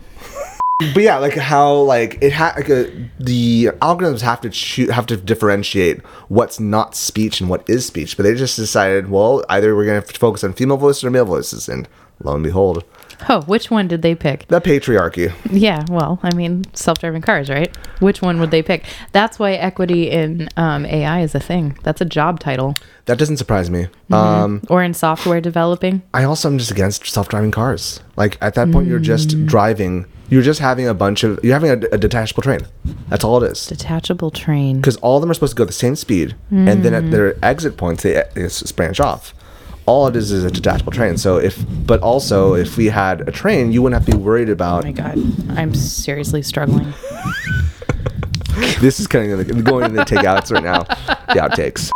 S3: but yeah, like how like it ha- like, uh, the algorithms have to choo- have to differentiate what's not speech and what is speech. But they just decided, well, either we're gonna f- focus on female voices or male voices, and lo and behold,
S2: Oh, which one did they pick?
S3: the patriarchy.
S2: Yeah, well, I mean, self-driving cars, right? Which one would they pick? That's why equity in um, AI is a thing. That's a job title,
S3: That doesn't surprise me. Um,
S2: or in software developing.
S3: I also am just against self-driving cars. Like at that point, you're just driving. You're just having a bunch of. You're having a, a detachable train. That's all it is.
S2: Detachable train.
S3: Because all of them are supposed to go the same speed, and then at
S2: Mm.
S3: their exit points, they, uh, they s- branch off. All it is is a detachable train. So if, but also if we had a train, you wouldn't have to be worried about.
S2: Oh my god, I'm seriously struggling.
S3: [laughs] This is kind of gonna- going into the takeouts right now. The
S2: [laughs]
S3: outtakes.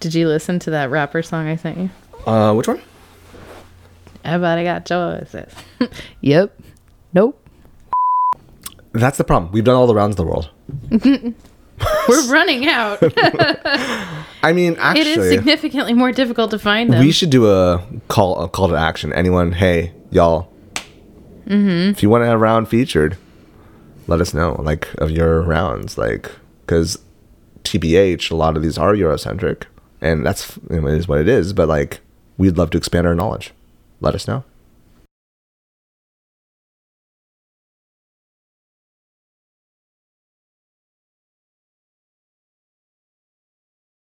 S2: Did you listen to that rapper song I sent you?
S3: Uh, which one?
S2: Everybody got choices. [laughs] yep. Nope.
S3: That's the problem. We've done all the rounds of the world.
S2: We're running out. it
S3: I mean, actually,
S2: is significantly more difficult to find them.
S3: We should do a call a call to action. Anyone, hey y'all, if you want to have a round featured, let us know like of your rounds, like because TBH, a lot of these are Eurocentric, and that's you know, it is what it is. But like, we'd love to expand our knowledge. Let us know.